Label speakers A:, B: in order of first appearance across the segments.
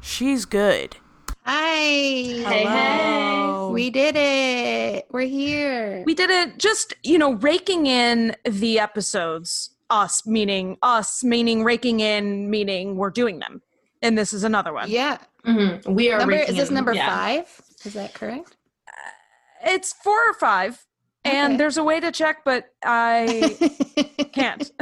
A: She's good.
B: Hi.
C: Hey, hey.
B: We did it. We're here.
C: We did it just, you know, raking in the episodes. Us meaning us, meaning raking in, meaning we're doing them. And this is another one.
B: yeah.
C: Mm-hmm.
B: We
C: are
B: number,
C: raking
B: is this
C: in-
B: number
C: yeah.
B: five? Is that correct?
C: It's four or five. And
B: Okay.
C: there's a way to check, but I can't.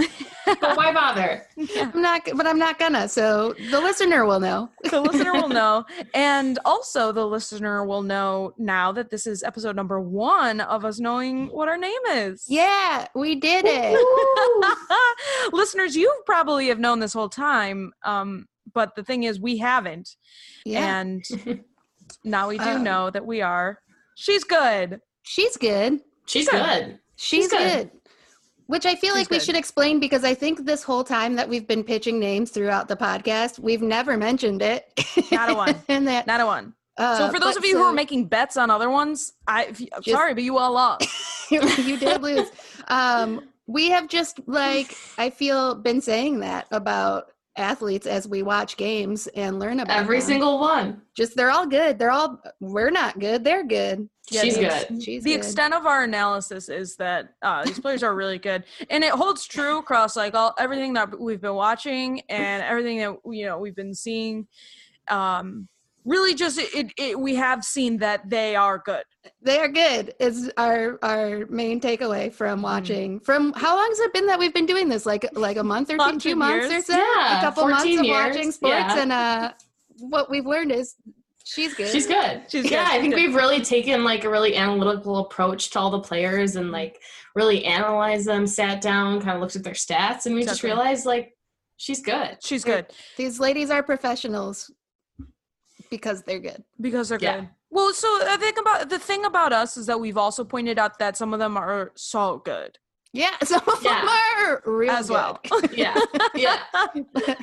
D: But why bother?
B: I'm not, but I'm not gonna. So the listener will know.
C: the listener will know. And also, the listener will know now that this is episode number one of us knowing what our name is.
B: Yeah, we did it.
D: Woo!
C: Listeners, you probably have known this whole time, um, but the thing is, we haven't.
B: Yeah,
C: And now we do
B: Um,
C: know that we are. She's good.
B: she's good.
D: She's good.
B: She's, good.
D: good.
B: Which I feel
C: She's
B: like we
C: good.
B: should explain because I think this whole time that we've been pitching names throughout the podcast, we've never mentioned it.
C: Not a one.
B: and that,
C: Not a one.
B: uh,
C: so, for those of
B: but
C: you who
B: so-
C: are making bets on other ones, I if you- I'm
B: Just-
C: sorry, but you all lost.
B: you did lose. Um, we have just like I feel been saying that about athletes as we watch games and learn about
D: Every
B: them.
D: single one.
B: Just they're all good. They're all we're not good. They're good.
C: Yeah,
D: She's
C: the
D: good.
C: ex-
B: She's
C: the
B: good.
C: extent of our analysis is that uh, these players are really good, and it holds true across like all everything that we've been watching and everything that you know we've been seeing. Um, really, just it, it, it we have seen that they are good.
B: They are good is our our main takeaway
C: Mm.
B: from watching. From how long has it been that we've been doing this? Like like a month or two, two
C: 14
B: months or
C: years.
B: so. a
D: Yeah,
B: couple months
D: 14
B: of
D: years.
B: watching sports,
D: Yeah.
B: and uh, what we've learned is she's good.
D: She's good.
C: She's
D: yeah,
C: good.
D: I think
C: Good.
D: we've really taken like a really analytical approach to all the players and like really analyzed them, sat down, kind of looked at their stats, and we just
C: Exactly.
D: realized like she's good.
C: She's
B: They're-
C: good
B: These ladies are professionals because they're good.
C: because they're
D: Yeah.
C: good. Well, so I think about the thing about us is that we've also pointed out that some of them are so good
B: Yeah, some of them are real
C: as well. Um,
B: good.
D: Yeah. Yeah.
B: but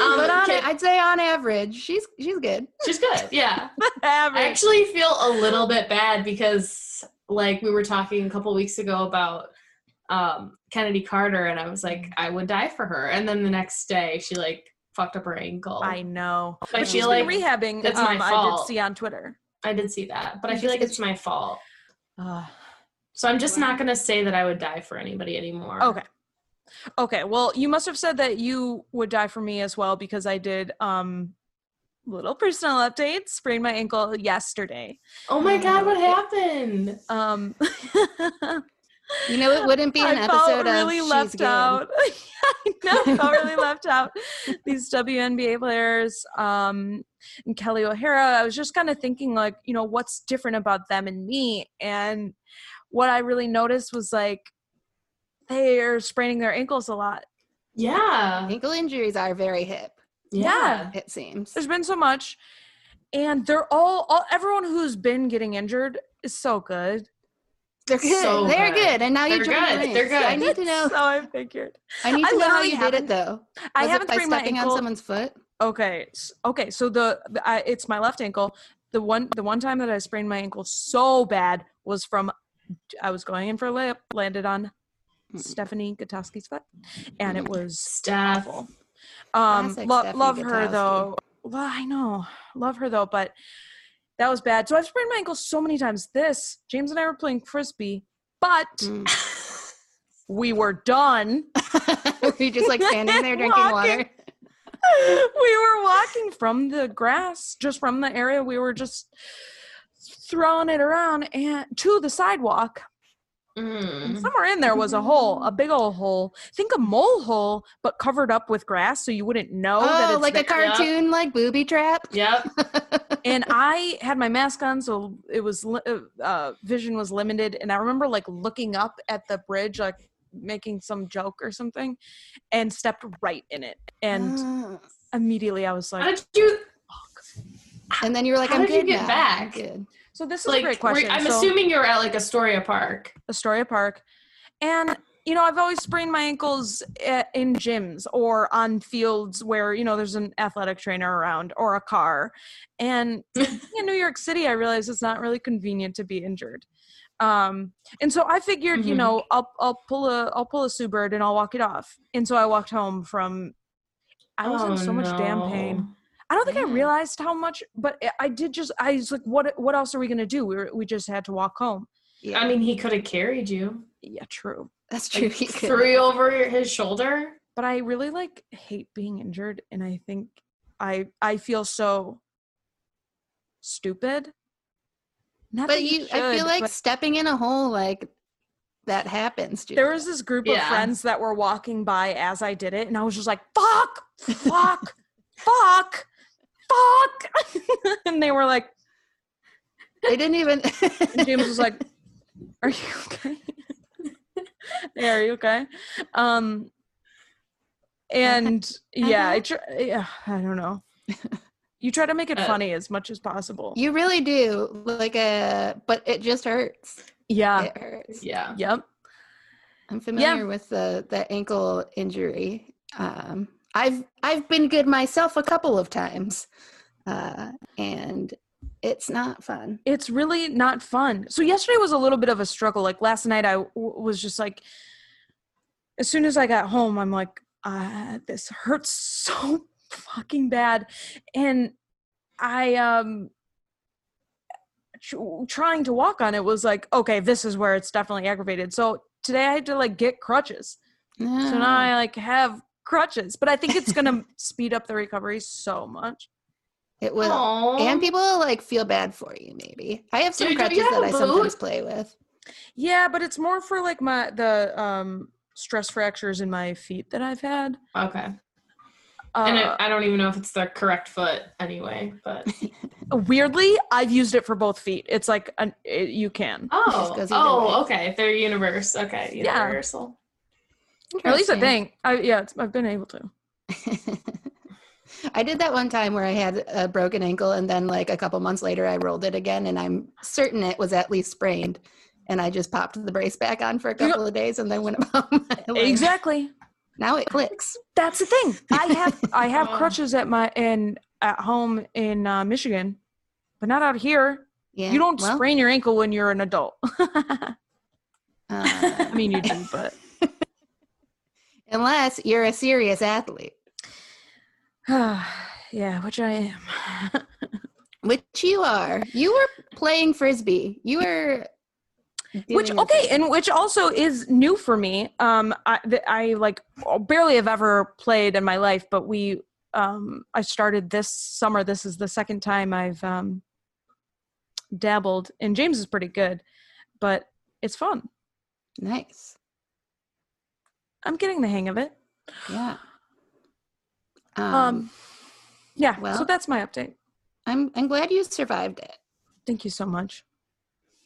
B: on,
D: okay,
B: a- I'd say on average, she's she's good.
D: she's good. Yeah. I
C: Average.
D: actually feel a little bit bad because like we were talking a couple weeks ago about um Kennedy Carter and I was like
C: Mm.
D: I would die for her and then the next day she like fucked up her ankle.
C: I know.
D: But I
C: But she's
D: feel
C: been
D: like
C: rehabbing.
D: that's my
C: um, I did
D: fault.
C: see on Twitter.
D: I did see that, but I feel like it's my fault.
C: Uh,
D: So I'm just not going to say that I would die for anybody anymore.
C: Okay. Okay. Well, you must have said that you would die for me as well because I did um little personal update, sprained my ankle yesterday.
D: Oh my god, what happened?
C: Um
B: You know, it wouldn't be an
C: I felt
B: episode
C: really
B: of
C: left
B: she's good.
C: out. I know, I felt really left out. These WNBA players, um, and Kelly O'Hara. I was just kind of thinking, like, you know, what's different about them and me? And what I really noticed was like they're spraining their ankles a lot.
D: Yeah.
B: Ankle injuries are very hip.
C: Yeah.
B: It seems.
C: There's been so much, and they're all, all everyone who's been getting injured is so good.
B: They're good.
D: So
B: they're
D: good.
B: good. And now you
D: They're
B: drink
D: good.
B: drinks.
D: They're good.
B: I need to know.
C: So I figured.
B: I need
C: I
B: to know how
C: literally
B: you did it
C: haven't-
B: though.
C: I
B: Was it
C: haven't
B: by
C: sprained my
B: stepping
C: ankle.
B: on someone's foot.
C: Okay. s- Okay. So the, the I, it's my left ankle. The one the one time that I sprained my ankle so bad was from I was going in for a layup, landed on
B: Mm.
C: Stephanie Gutowski's foot, and it was
D: Steph.
C: awful. Um,
B: Classic
C: lo-
B: Stephanie
C: love her
B: Gutowski.
C: though. Well, I know, love her though, but that was bad. So I've sprained my ankle so many times. This James and I were playing frisbee, but
B: Mm. Hmm.
C: we were done.
B: Were you just like standing there drinking water?
C: Walking. we were walking from the grass, just from the area. We were just throwing it around and to the sidewalk.
B: Mm-hmm.
C: And
D: Mm.
C: somewhere in there was a hole, a big old hole. Think a mole hole, but covered up with grass, so you wouldn't know that
B: Oh,
C: it's
B: like a
C: there.
B: cartoon, like booby trap.
D: Yep.
C: and I had my mask on, so it was li- uh, uh, vision was limited. And I remember like looking up at the bridge, like making some joke or something, and stepped right in it. And
B: Ah.
C: immediately I was like,
D: How did you
B: and then you were like,
D: How
B: "I'm
D: did you
B: good
D: get
B: now. I'm
D: back?
B: good.
C: "So this is
D: like
C: a great
D: were-
C: question."
D: I'm
C: So-
D: assuming you were at like Astoria Park.
C: Astoria Park. And, you know, I've always sprained my ankles i- in gyms or on fields where, you know, there's an athletic trainer around or a car. And in New York City, I realized it's not really convenient to be injured. Um, and so I figured, you
D: Mhm.
C: know, I'll I'll pull a I'll pull a Sue bird and I'll walk it off. And so I walked home from. I was in
D: Oh,
C: so much damn
D: no.
C: pain. I don't think I
B: Yeah.
C: realized how much, but I- I did just. I was like, what What else are we gonna do? We were, we just had to walk home.
B: Yeah,
D: I mean, he could have carried you.
C: Yeah, true.
B: that's true.
D: Like,
B: He could-
D: threw you over your- his shoulder.
C: But I really like hate being injured, and I think I I feel so stupid. Not
B: but
C: that
B: you, I feel
C: should,
B: like
C: but-
B: stepping in a hole like that happens. Julia.
C: there was this group of
D: Yeah.
C: friends that were walking by as I did it, and I was just like, "Fuck, fuck, fuck, fuck," and they were like,
B: They didn't even.
C: and James was like, "Are you okay? yeah, are you okay?" Um, and yeah, I tr- yeah, I don't know. You try to make it
D: Uh,
C: funny as much as possible.
B: "You really do like a," but it just hurts.
C: yeah.
B: It hurts.
D: Yeah.
C: Yep.
B: I'm familiar with the the ankle injury. Um, I've I've been good myself a couple of times, uh, and it's not fun.
C: It's really not fun. So yesterday was a little bit of a struggle. Like last night, I w- was just like, as soon as I got home, I'm like, uh, this hurts so fucking bad, and I um tr- trying to walk on it was like, okay, this is where it's definitely aggravated. So today I had to like get crutches. So
B: Oh.
C: now I like have crutches, but I think it's gonna speed up the recovery so much.
B: it will.
D: Aw.
B: And people like feel bad for you. Maybe I have some
D: Dude, don't
B: crutches
D: you
B: that
D: have a
B: I sometimes play with.
C: Yeah, but it's more for like my the um stress fractures in my feet that I've had.
D: Okay.
C: Uh,
D: and I, I don't even know if it's the correct foot anyway, but
C: weirdly, I've used it for both feet. It's like an, it, you can,
B: just
D: oh,
B: goes either way.
D: oh, okay. They're universe. Okay,
C: Yeah.
D: universal.
C: or at least I think. I, yeah, it's, I've been able to.
B: I did that one time where I had a broken ankle, and then like a couple months later, I rolled it again, and I'm certain it was at least sprained. And I just popped the brace back on for a
C: You know-
B: couple of days, and then went home. Like,
C: Exactly.
B: Now it clicks.
C: That's the thing. I have I have
D: Oh.
C: crutches at my in at home in uh, Michigan, but not out here.
B: Yeah.
C: you don't
B: well,
C: sprain your ankle when you're an adult. I
B: uh,
C: mean, you do, but
B: unless you're a serious athlete,
C: yeah, which I am.
B: which you are. You were playing frisbee. You were.
C: which
B: doing your
C: okay,
B: thing.
C: and which also is new for me. Um, I, th- I like barely have ever played in my life, but we um I started this summer. This is the second time I've um dabbled, and James is pretty good, but it's fun.
B: nice.
C: I'm getting the hang of it.
B: Yeah.
C: Um,
B: Um,
C: yeah. so
B: well-
C: that's my update.
B: I'm I'm glad you survived it.
C: Thank you so much.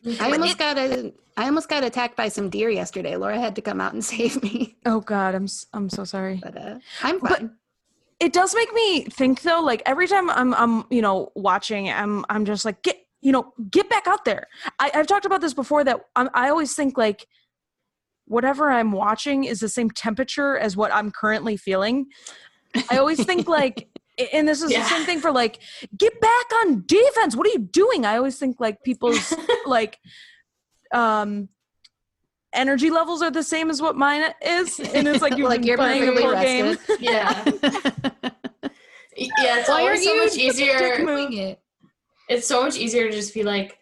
B: I
D: But
B: almost
D: it-
B: got a I almost got attacked by some deer yesterday. Laura had to come out and save me,
C: Oh God, I'm s- I'm so sorry.
B: but uh, I'm
C: But-
B: fine.
C: It does make me think though. Like every time I'm I'm you know watching, I'm I'm just like get you know get back out there. I, I've talked about this before that I'm, I always think like whatever I'm watching is the same temperature as what I'm currently feeling. I always think like. And this is
D: Yeah.
C: the same thing for like, get back on defense. What are you doing? I always think like people's like um energy levels are the same as what mine is and it's like you're
B: Like, you're
C: playing a
B: perfectly
C: full game
D: yeah, yeah. It's
B: Why
D: always
B: are
D: so
B: you
D: much easier.
B: Doing it.
D: It's so much easier to just be like,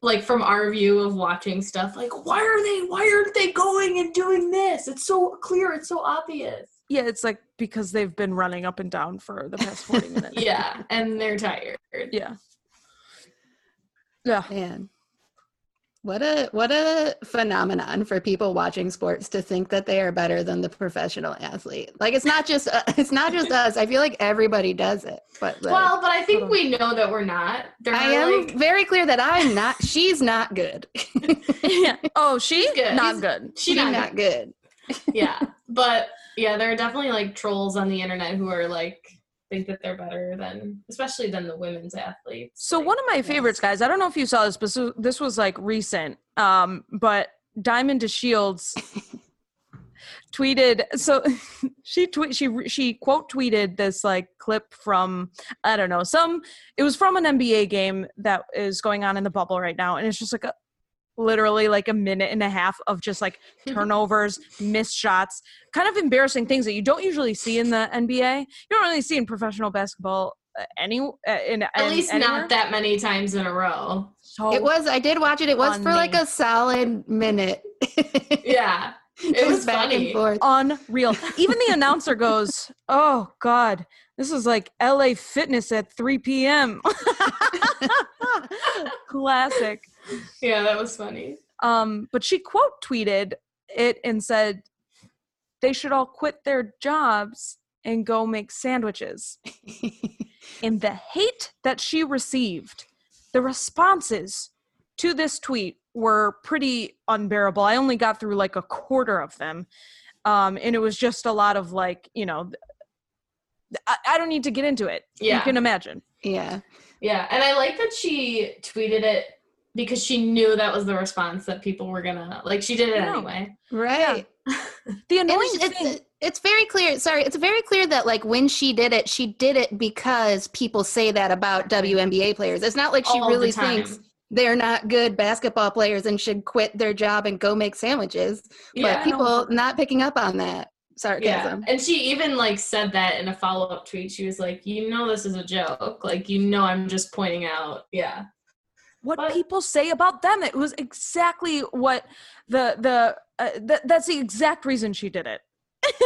D: like from our view of watching stuff, like why are they? Why aren't they going and doing this? It's so clear. It's so obvious.
C: yeah it's like because they've been running up and down for the past 40 minutes
D: Yeah, and they're tired.
C: yeah yeah
B: Man. What a what a phenomenon for people watching sports to think that they are better than the professional athlete. Like it's not just uh, it's not just us. I feel like everybody does it. But like,
D: Well, but I think we know that we're not. They're
B: I am
D: like,
B: very clear that I'm not. She's not good.
C: yeah oh she
D: She's good.
C: not
D: She's-
C: good
D: she
B: She's
D: not
B: not good.
D: yeah but yeah there are definitely like trolls on the internet who are like think that they're better than especially than the women's athletes
C: so
D: Like,
C: one of my favorites guys i don't know if you saw this but so- this was like recent um but diamond to shields tweeted so she tweet she she quote tweeted this like clip from I don't know some it was from an NBA game that is going on in the bubble right now and it's just like a literally like a minute and a half of just like turnovers, missed shots, kind of embarrassing things that you don't usually see in the NBA. You don't really see in professional basketball uh, any uh, in
D: At least not that many times in a row.
C: So
B: It was. I did watch it. It was for like
C: Funny.
B: a solid minute. it
D: Yeah. It was
B: back
D: funny. Oh.
B: and forth.
C: unreal. Even the announcer goes, "Oh God, this is like LA Fitness at 3 p.m." Classic.
D: Yeah, that was funny.
C: Um, but she quote tweeted it and said, "They should all quit their jobs and go make sandwiches." and the hate that she received, the responses to this tweet were pretty unbearable. I only got through like a quarter of them. Um, and it was just a lot of like, you know, th- I, I don't need to get into it. You
D: Yeah.
C: can imagine.
B: yeah.
D: Yeah, and I like that she tweeted it because she knew that was the response that people were gonna like. She did it
C: Yeah.
D: anyway.
B: Right.
C: The annoying
B: It's,
C: thing.
B: it's, it's very clear. Sorry, it's very clear that like when she did it, she did it because people say that about WNBA players. It's not like she
D: All the
B: really
D: time.
B: thinks they're not good basketball players and should quit their job and go make sandwiches.
D: Yeah,
B: but people not picking up on that
D: yeah.
B: sarcasm.
D: And she even like said that in a follow up tweet. She was like, "You know, this is a joke. Like, you know, I'm just pointing out." Yeah,
C: what
D: But-
C: people say about them. It was exactly what the the uh, th- that's the exact reason she did it.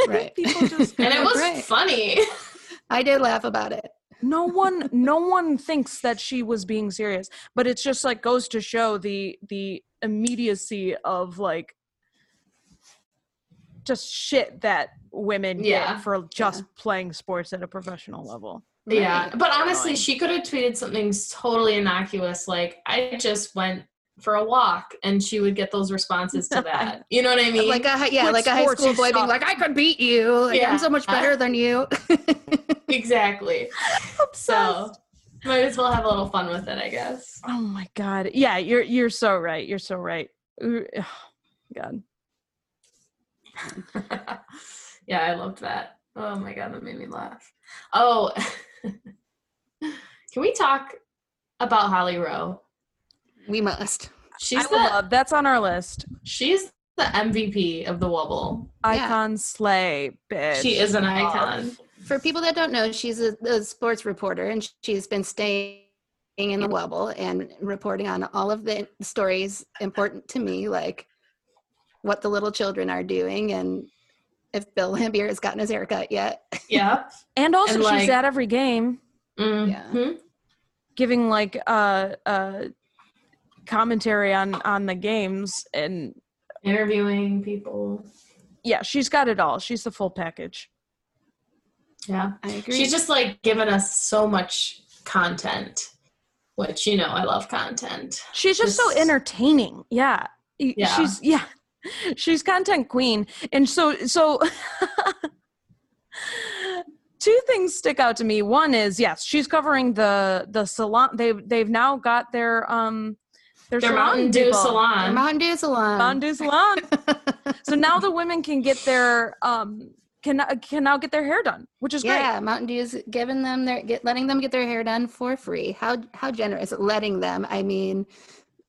B: Right.
C: people just
D: and it was
B: Right.
D: funny.
B: I did laugh about it.
C: no one no one thinks that she was being serious, but it's just like goes to show the the immediacy of like just shit that women
D: Yeah.
C: get for just playing sports at a professional level.
D: Yeah,
B: Right.
D: but honestly,
C: Annoying.
D: she could have tweeted something totally innocuous, like "I just went for a walk," and she would get those responses to that. You know what I mean?
B: Like a hi- yeah,
C: Quit
B: like a high
C: sports,
B: school
C: you
B: boy being
C: suck.
B: like, "I could beat you. Like,
D: Yeah.
B: I'm so much better than you."
D: exactly. So
C: Obsessed.
D: might as well have a little fun with it, I guess.
C: Oh my god. Yeah, you're you're so right. You're so right. Ooh, God.
D: yeah, I loved that. Oh my god, that made me laugh. Oh, can we talk about Holly Rowe?
B: we must.
D: She's
C: I
D: the
C: love that's on our list.
D: she's the MVP of the Wobble.
B: Yeah.
C: Icon slay, bitch.
D: She is an icon.
B: For people that don't know, she's a, a sports reporter and she's been staying in the wobble and reporting on all of the stories important to me, like what the little children are doing and if Bill Lambier has gotten his haircut yet.
D: Yep.
C: And also
D: And,
C: she's
D: like-
C: at every game
D: Mhm.
C: giving like uh uh commentary on on the games and
D: Interviewing people.
C: yeah, she's got it all. She's the full package.
D: Yeah.
B: I agree.
D: She's just like given us so much content, which you know I love content.
C: She's just so
D: Just-
C: entertaining. Yeah. Y-
D: Yeah.
C: She's yeah. She's content queen. And so so two things stick out to me. One is yes, she's covering the the salon they've they've now got their um their,
D: Their
C: salon
D: Mountain Dew
C: people.
D: salon.
B: Mountain Dew Salon.
C: Mountain Dew salon. so now the women can get their um can can now get their hair done, which is great.
B: Yeah, Mountain Dew's giving them their get, letting them get their hair done for free. How how generous letting them? I mean,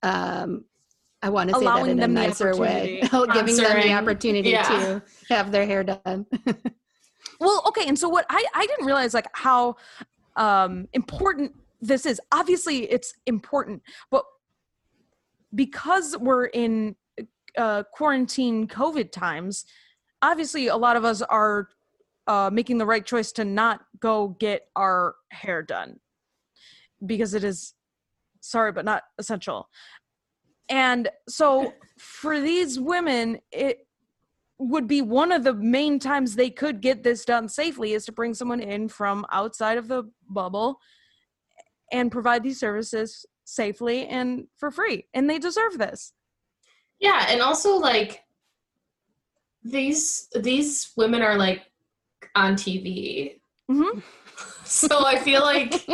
B: um, I want to say that
C: Allowing
B: in a
C: them the
B: nicer way, Oh, giving them the
D: Sponsoring.
B: opportunity
D: Yeah.
B: to have their hair done.
C: Well, okay, and so what I I didn't realize like how um important this is. Obviously, it's important, but because we're in uh quarantine COVID times, obviously a lot of us are uh making the right choice to not go get our hair done because it is sorry but not essential. And so for these women, it would be one of the main times they could get this done safely is to bring someone in from outside of the bubble and provide these services safely and for free and they deserve this
D: Yeah, and also like these these women are like on TV.
C: Mhm.
D: So I feel like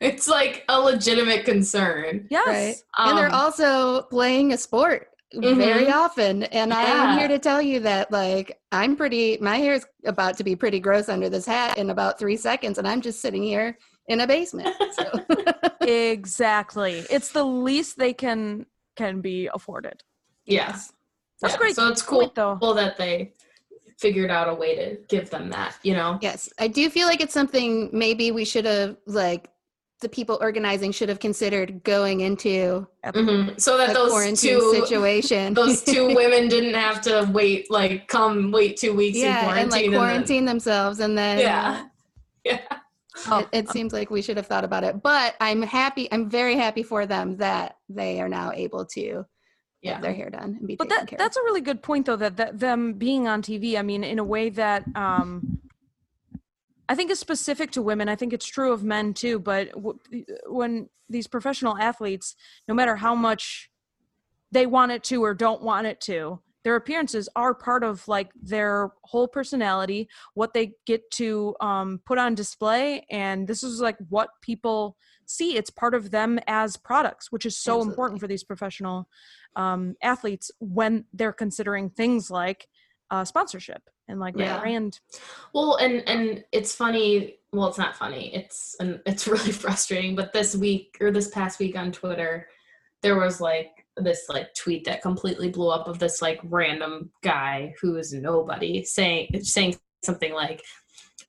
D: it's like a legitimate concern.
C: yes
B: Right. and they're
D: Um,
B: also playing a sport very
C: Mm-hmm.
D: Mhm.
B: often. And I am
D: Yeah.
B: here to tell you that, like, I'm pretty. My hair's about to be pretty gross under this hat in about three seconds, and I'm just sitting here in a basement. So
C: exactly it's the least they can can be afforded.
D: Yes.
C: That's
D: Yeah,
C: great.
D: So it's cool
C: Point, though.
D: cool that they figured out a way to give them that, you know?
B: Yes, I do feel like it's something maybe we should have like the people organizing should have considered going into
D: hmm So that
B: a
D: those
B: quarantine
D: two
B: situation.
D: those two women didn't have to wait like come wait two weeks in
B: yeah,
D: quarantine.
B: and like
D: then-
B: quarantine themselves, and then
D: yeah. Yeah.
B: it, it seems like we should have thought about it. But I'm happy. I'm very happy for them that they are now able to
D: Yeah.
B: have their hair done and be
C: but
B: taken
C: that
B: care of.
C: that's a really good point though that, that them being on tv i mean in a way that um i think is specific to women i think it's true of men too but w- when these professional athletes no matter how much they want it to or don't want it to their appearances are part of like their whole personality what they get to um, put on display and this is like what people see it's part of them as products which is so important for these professional um, athletes when they're considering things like uh, sponsorship and like
B: Yeah.
C: their brand
D: Well, and and it's funny. Well, it's not funny. It's and it's really frustrating. But this week or this past week on Twitter, there was like this like tweet that completely blew up of this like random guy who is nobody saying saying something like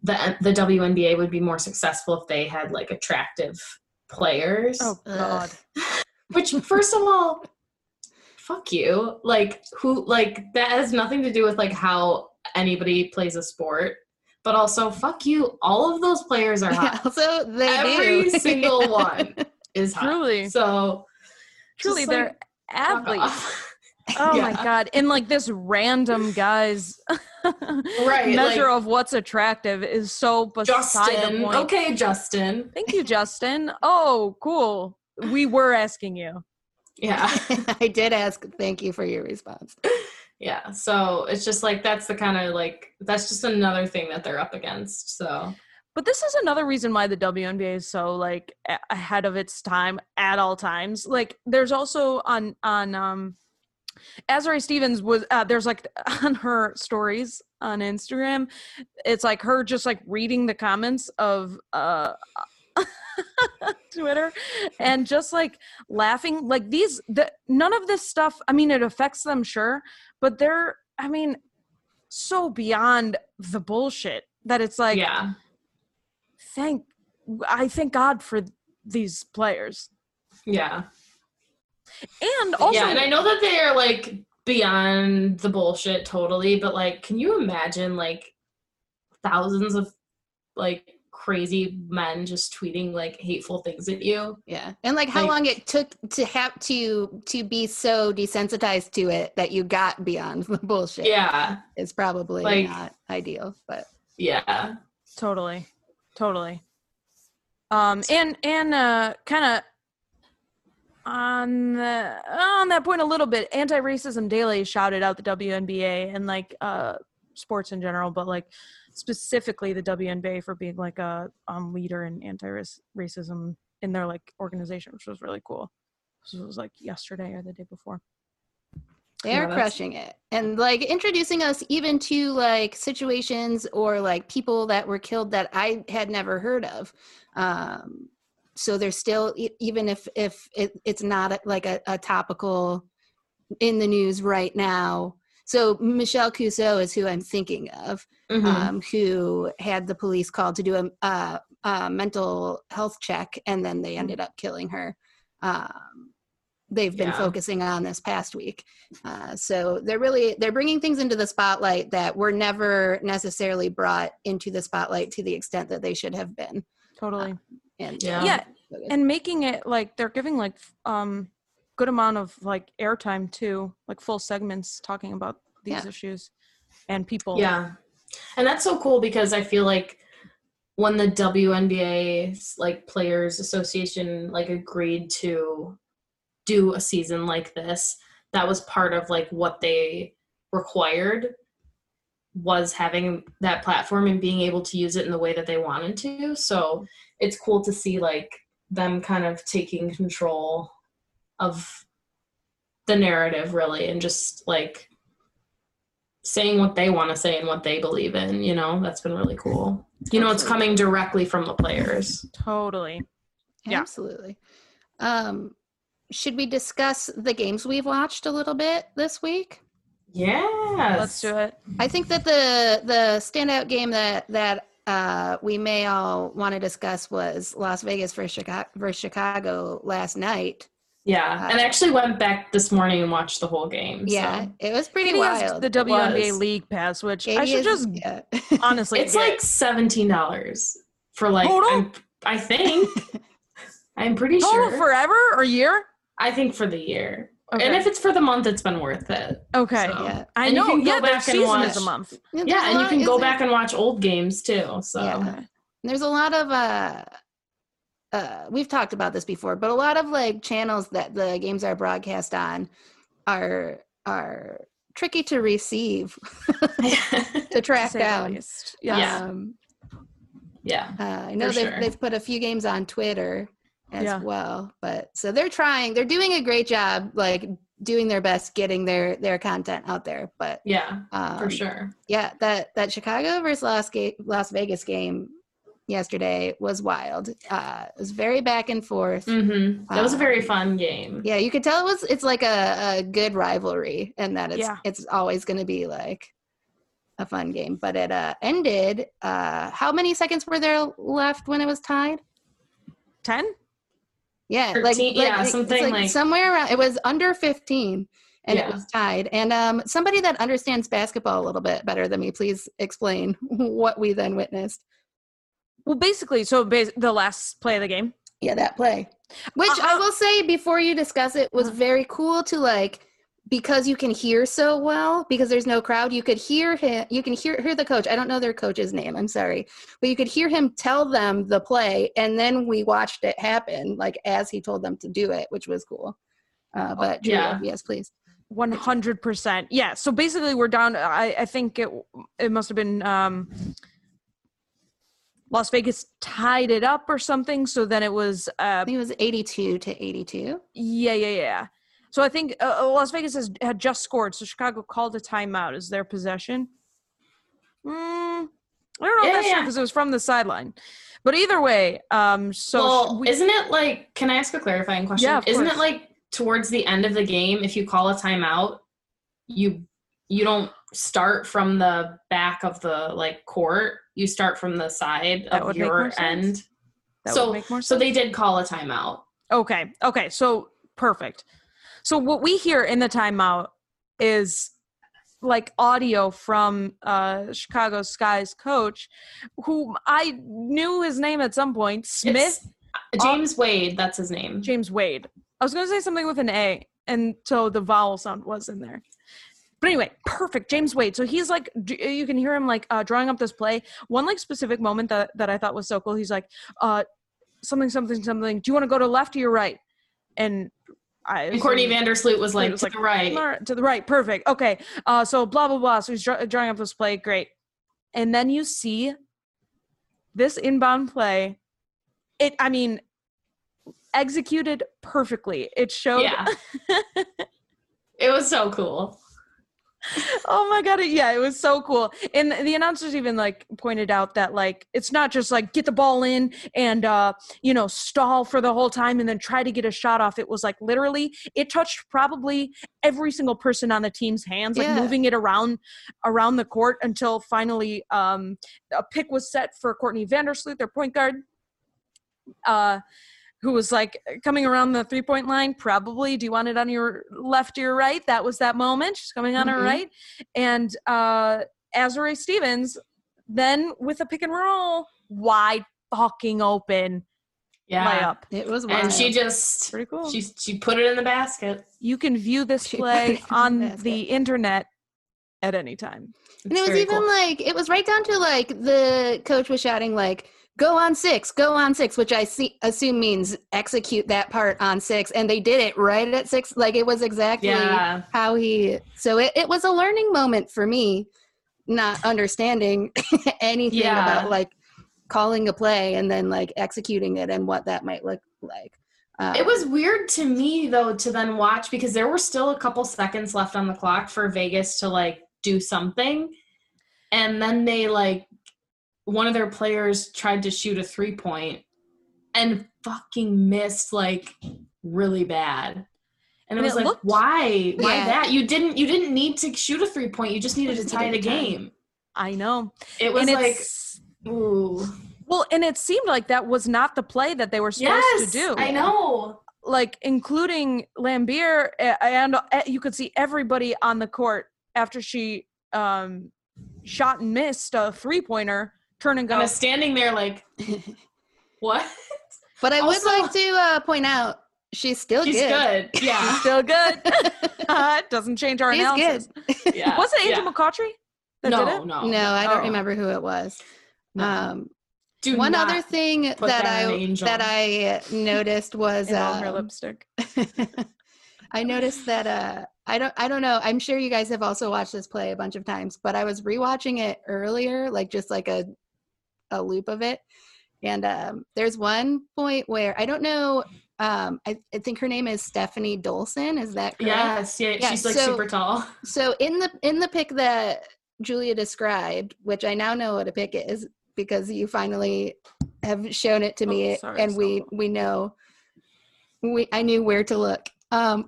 D: the the WNBA would be more successful if they had like attractive players.
C: oh
B: Ugh.
C: god
D: Which, first of all, fuck you. Like, who, like, that has nothing to do with, like, how anybody plays a sport. But also, fuck you. All of those players are
B: yeah,
D: hot.
B: also, they
D: Every
B: do.
D: single one is hot.
C: Truly.
D: So,
C: truly
D: just,
C: they're
D: like, fuck
C: athletes
D: off.
C: oh
D: Yeah.
C: my god and like this random guy's
D: Right,
C: measure
D: like-
C: of what's attractive is so beside the
D: Justin.
C: point
D: Okay, Justin.
C: thank you justin oh cool we were asking you
D: Yeah.
B: I did ask. Thank you for your response.
D: Yeah. So, it's just like, that's the kind of, like, that's just another thing that they're up against. So,
C: But this is another reason why the WNBA is so like a- ahead of its time at all times. Like there's also on on um Azari Stevens was uh, there's like on her stories on Instagram, it's like her just like reading the comments of uh Twitter and just like laughing like these the, none of this stuff I mean it affects them sure but they're I mean so beyond the bullshit that it's like
D: yeah.
C: thank I thank God for these players.
D: Yeah.
C: And also
D: yeah, and I know that they are like beyond the bullshit totally, but like, can you imagine like thousands of like crazy men just tweeting like hateful things at you?
B: Yeah, and like how
D: Like-
B: long it took to have to to be so desensitized to it that you got beyond the bullshit.
D: Yeah,
B: is probably
D: Like-
B: not ideal, but
D: yeah,
C: totally. Totally. Um and and uh kind of on the, on that point a little bit, anti racism daily shouted out the WNBA and like uh sports in general, but like specifically the WNBA for being like a um leader in anti racism in their like organization, which was really cool. This was like yesterday or the day before.
B: they
D: Yeah,
B: are
D: that's-
B: crushing it. And like introducing us even to like situations or like people that were killed that I had never heard of. Um, so there's still e- even if if it, it's not a- like a, a topical in the news right now. So Michelle Cousseau is who I'm thinking of.
D: Mhm.
B: um, who had the police called to do a, a, a mental health check, and then they ended up killing her. Um, they've been
D: Yeah.
B: focusing on this past week, uh, so they're really they're bringing things into the spotlight that were never necessarily brought into the spotlight to the extent that they should have been.
C: Totally.
B: And
D: Yeah.
C: yeah
B: focus.
C: and making it like they're giving like f- um good amount of like airtime too like full segments talking about these
B: Yeah.
C: issues and people
D: yeah, and that's so cool because I feel like when the WNBA's like Players Association like agreed to do a season like this, that was part of like what they required was having that platform and being able to use it in the way that they wanted to. So it's cool to see like them kind of taking control of the narrative really and just like saying what they want to say and what they believe in, you know? That's been really cool. You know, it's coming directly from the players.
C: totally Yeah.
B: Absolutely. Um, should we discuss the games we've watched a little bit this week?
D: Yeah.
C: Let's do it.
B: I think that the the standout game that that uh, we may all want to discuss was Las Vegas versus Chicago, versus Chicago last night.
D: Yeah, and I actually went back this morning and watched the whole game. so.
B: Yeah, it was pretty
C: Katie has
B: wild.
C: the WNBA
D: was.
C: league pass, which I
B: Katie
C: should
B: is-
C: just
B: yeah.
C: honestly.
D: it's
C: get.
D: like seventeen dollars for like
C: Total?
D: I'm, I think I'm pretty
C: total
D: sure.
C: forever or year.
D: I think for the year,
C: Okay.
D: and if it's for the month, it's been worth it.
C: okay.
D: so.
B: Yeah.
C: I
D: And you
C: know.
D: can go
C: yeah, their
D: back and
C: season
D: watch-
C: is a month.
B: Yeah, there's
D: yeah,
B: a
D: and you
B: lot,
D: can go
B: isn't
D: back
B: there?
D: and watch old games too. So
B: Yeah.
C: Okay.
B: There's a lot of uh, uh, we've talked about this before, but a lot of like channels that the games are broadcast on are are tricky to receive to
C: to
B: track
C: say the
B: down.
C: least. Yes.
D: Yeah.
B: Um,
D: yeah,
B: uh, I know
D: For
B: they've
D: sure.
B: they've put a few games on Twitter as
C: Yeah.
B: well, but so they're trying. They're doing a great job, like doing their best getting their their content out there. But
D: yeah,
B: um,
D: for sure.
B: yeah, that that Chicago versus Las, Ga- Las Vegas game yesterday was wild. Uh, it was very back and forth.
D: hmm That was a very
B: um,
D: fun game.
B: Yeah, you could tell it was it's like a, a good rivalry and that it's
C: Yeah.
B: it's always gonna be like a fun game. But it uh ended uh how many seconds were there left when it was tied?
C: Ten.
B: Yeah,
D: 13 yeah,
B: it's
D: something like-
B: somewhere around it was under fifteen and it
D: Yeah.
B: was tied. And um somebody that understands basketball a little bit better than me, please explain what we then witnessed.
C: Well, basically, so bas- the last play of the game.
B: Yeah, that play. Which I
C: Uh-huh.
B: will say before you discuss it was very cool to like because you can hear so well because there's no crowd you could hear him you can hear hear the coach i don't know their coach's name i'm sorry but you could hear him tell them the play and then we watched it happen like as he told them to do it which was cool uh, but
D: yeah.
B: yeah. yes please
C: One hundred percent. Yeah. So basically, we're down. I, I think it it must have been um, Las Vegas tied it up or something. So then it was uh,
B: i think it was 82 to 82
C: yeah yeah yeah. So I think uh, uh, Las Vegas has had just scored. So Chicago called a timeout. Is their possession? Mm, I don't know
D: Yeah,
C: if that's
D: yeah.
C: because it was from the sideline. But either way, um, so
D: well,
C: we-
D: isn't it like? Can I ask a clarifying question?
C: Yeah, of
D: isn't
C: course.
D: it like towards the end of the game, if you call a timeout, you you don't start from the back of the like court. You start from the side
C: That
D: of
C: would make more
D: your
C: sense.
D: end.
C: that
D: so
C: would make more sense.
D: so they did call a timeout.
C: Okay. Okay. So perfect. So what we hear in the timeout is like audio from uh Chicago Sky's coach, who I knew his name at some point, Smith
D: It's- uh, James Wade, that's his name.
C: James Wade. I was gonna say something with an A, and so the vowel sound was in there. But anyway, perfect. James Wade. So he's like, d- you can hear him like uh, drawing up this play. One like specific moment that that I thought was so cool. He's like, uh, something, something, something. Do you want to go to left or your right? And I
D: And Courtney
C: assumed-
D: Vandersloot was like
C: It was
D: to
C: like,
D: the right.
C: Mar- to the right. Perfect. Okay. Uh, so blah blah blah. So he's dra- drawing up this play. Great. And then you see this inbound play. It. I mean, executed perfectly. It showed.
D: Yeah. it was so cool.
C: Oh my god. It, yeah. It was so cool. And the announcers even like pointed out that like it's not just like get the ball in and uh you know stall for the whole time and then try to get a shot off. It was like literally it touched probably every single person on the team's hands, like
B: Yeah.
C: moving it around around the court until finally um, a pick was set for Courtney Vandersloot, their point guard, uh, who was like coming around the three point line. Probably, do you want it on your left or your right? That was that moment. She's coming on
D: Mm-hmm.
C: her
B: Mhm.
C: right, and uh, Azrae Stevens then with a pick and roll wide fucking open
D: Yeah.
C: layup.
B: it was wild.
D: And she just
C: Pretty cool.
D: she she put it in the basket.
C: you can view this
B: She put it
C: play
B: in the
C: on
B: basket.
C: the internet at any time.
B: And it
D: It's
B: was
D: very
B: even
D: cool.
B: like it was right down to like the coach was shouting like go on six, go on six, which I see assume means execute that part on six, and they did it right at six. Like it was exactly
D: Yeah.
B: how he. So it, it was a learning moment for me, not understanding anything
D: Yeah.
B: about like calling a play and then like executing it and what that might look like. Uh,
D: It was weird to me though to then watch because there were still a couple seconds left on the clock for Vegas to like do something. And then they like one of their players tried to shoot a three point and fucking missed like really bad. And
C: And
D: it was
C: it
D: like,
C: looked-
D: why? Why
B: Yeah.
D: that? You didn't you didn't need to shoot a three point, you just needed to
B: Just
D: tie the
B: needed to tie.
D: game.
C: I know.
D: It was
C: and
D: like
C: it's
D: ooh.
C: well, and it seemed like that was not the play that they were supposed
D: Yes,
C: to do.
D: I know.
C: Like including Lambier, a- and uh, you could see everybody on the court after she um, shot and missed a three pointer. Turn and
D: Kind
C: go.
D: of standing there like what?
B: But I would
D: Also-
B: like to uh, point out she's still
D: She's
B: good.
D: good. Yeah.
C: Still good. Doesn't change our
B: She's
C: analysis.
D: yeah.
C: Was it Angel
D: yeah.
C: McCautry that
D: no,
C: did it?
D: no. uh,
B: No, I don't
C: Oh.
B: remember who it was.
D: No.
B: Um,
D: Do
B: one
D: not.
B: other thing that,
D: that
B: I
D: on Angel.
B: that I noticed was
C: And on her
B: um,
C: lipstick.
B: I noticed that uh I don't I don't know. I'm sure you guys have also watched this play a bunch of times, but I was rewatching it earlier, like just like a a loop of it. And um there's one point where I don't know um I, I think her name is Stephanie Dolson, is that correct?
D: Yes, yeah,
B: Yeah,
D: she's like
B: so-
D: super tall.
B: So in the in the pick that Julia described, which I now know what a pick is because you finally have shown it to
C: Oh,
B: me,
C: sorry,
B: and we we know we I knew where to look. Um,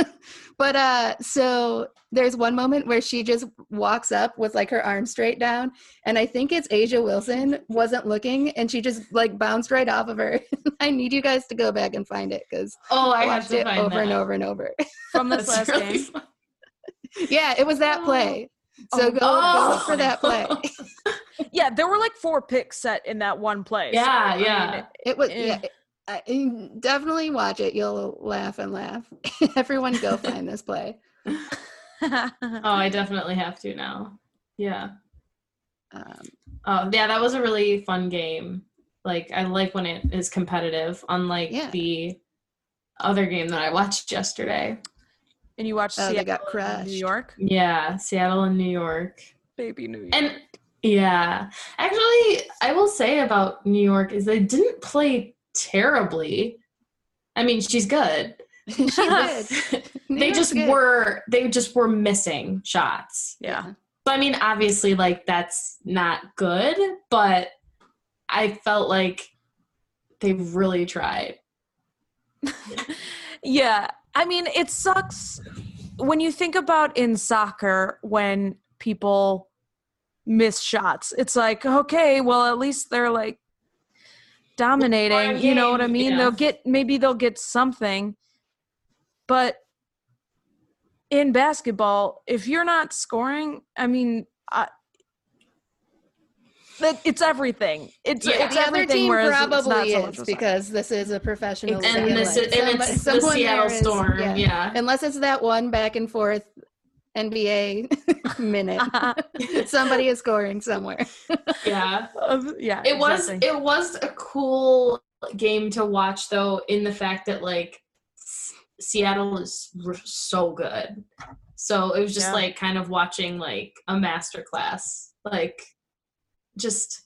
B: but uh, so there's one moment where she just walks up with like her arm straight down, and I think it's Asia Wilson wasn't looking, and she just like bounced right off of her. I need you guys to go back and find it because
D: Oh, I
B: I
D: have
B: watched
D: to
B: it
D: find
B: over
D: that.
B: and over and over.
C: From this last
D: That's really
C: game.
D: fun.
B: Yeah, it was that
D: Oh.
B: play. So
C: Oh.
B: go, go look for that play.
C: Yeah, there were like four picks set in that one play. so,
D: Yeah,
C: I mean,
D: yeah.
B: It was
C: Eh.
B: yeah. I, I- definitely watch it. You'll laugh and laugh. Everyone, go find this play.
D: Oh, I definitely have to now. Yeah.
B: Um,
D: Oh, yeah, that was a really fun game. Like I like when it is competitive, unlike
B: Yeah.
D: the other game that I watched yesterday.
C: and you watched
B: Oh, they
C: Seattle
B: got
C: and
B: crushed.
C: New York.
D: Yeah, Seattle and New York.
C: Baby New York.
D: And yeah, actually, I will say about New York is they didn't play terribly. I mean, she's good.
B: she did. New
D: they
B: York's
D: just
B: good.
D: were they just were missing shots.
C: yeah.
D: So I mean, obviously, like that's not good, but I felt like they really tried.
C: Yeah. I mean, it sucks when you think about in soccer when people miss shots. It's like, okay, well, at least they're like dominating. You know what I
D: game,
C: mean?
D: yeah.
C: They'll get maybe they'll get something. But in basketball, if you're not scoring, I mean, I, that it's everything. It's,
D: Yeah,
C: it's
B: the other
C: everything.
B: team
C: whereas it's not
B: probably
C: so much
B: is
C: a soccer.
B: because this is a professional. league,
D: And
C: Yeah,
D: this
B: like,
D: is, and
B: somebody-
D: it's the
B: someone there
D: Seattle
B: is-
D: Storm. Yeah.
B: Unless it's that one back and forth NBA minute, somebody is scoring somewhere.
D: yeah.
C: Of- yeah,
D: It was
C: exactly.
D: it was a cool game to watch though in the fact that like S- Seattle is r- so good. So it was just
C: Yeah.
D: like kind of watching like a master class. Like just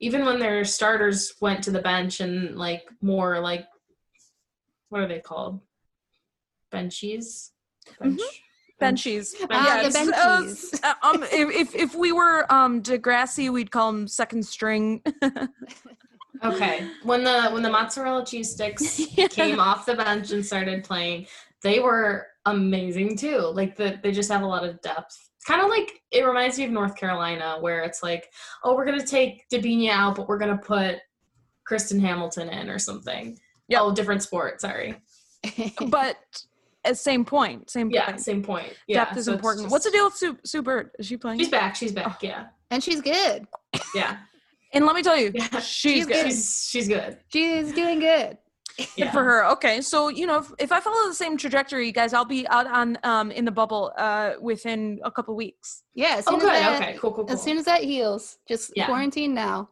D: even when their starters went to the bench and like more like what are they called? Benchies?
C: Mhm. Benchies.
B: Ah, the
C: it's- uh, s- uh, um, if, if if we were um Degrassi, we'd call him second string.
D: Okay. When the when the mozzarella cheese sticks
C: Yeah.
D: came off the bench and started playing, they were amazing too. Like the, they just have a lot of depth. Kind of like it reminds me of North Carolina, where it's like, oh, we're gonna take Dabinia out, but we're gonna put Kristen Hamilton in or something.
C: Yep.
D: Oh, different sport. Sorry.
C: but uh, same point, same
D: Yeah,
C: point.
D: same point. Yeah,
C: Depth is
D: so it's
C: important.
D: just-
C: What's the Oh. deal with Sue, Sue Bird? Is she playing?
D: She's back. She's back. Yeah,
B: and she's good.
D: yeah.
C: And let me tell you,
D: Yeah.
C: she's,
B: She's
C: good.
B: good.
D: She's she's good.
B: She's doing good.
C: Good
D: Yeah.
C: for her. Okay, so you know, if, if I follow the same trajectory, you guys, I'll be out on um in the bubble uh within a couple weeks.
B: Yeah. As soon
D: Oh,
B: as
D: good.
B: that-
D: okay. Cool. Cool. Cool.
B: As soon as that heals, just
D: Yeah.
B: quarantine now.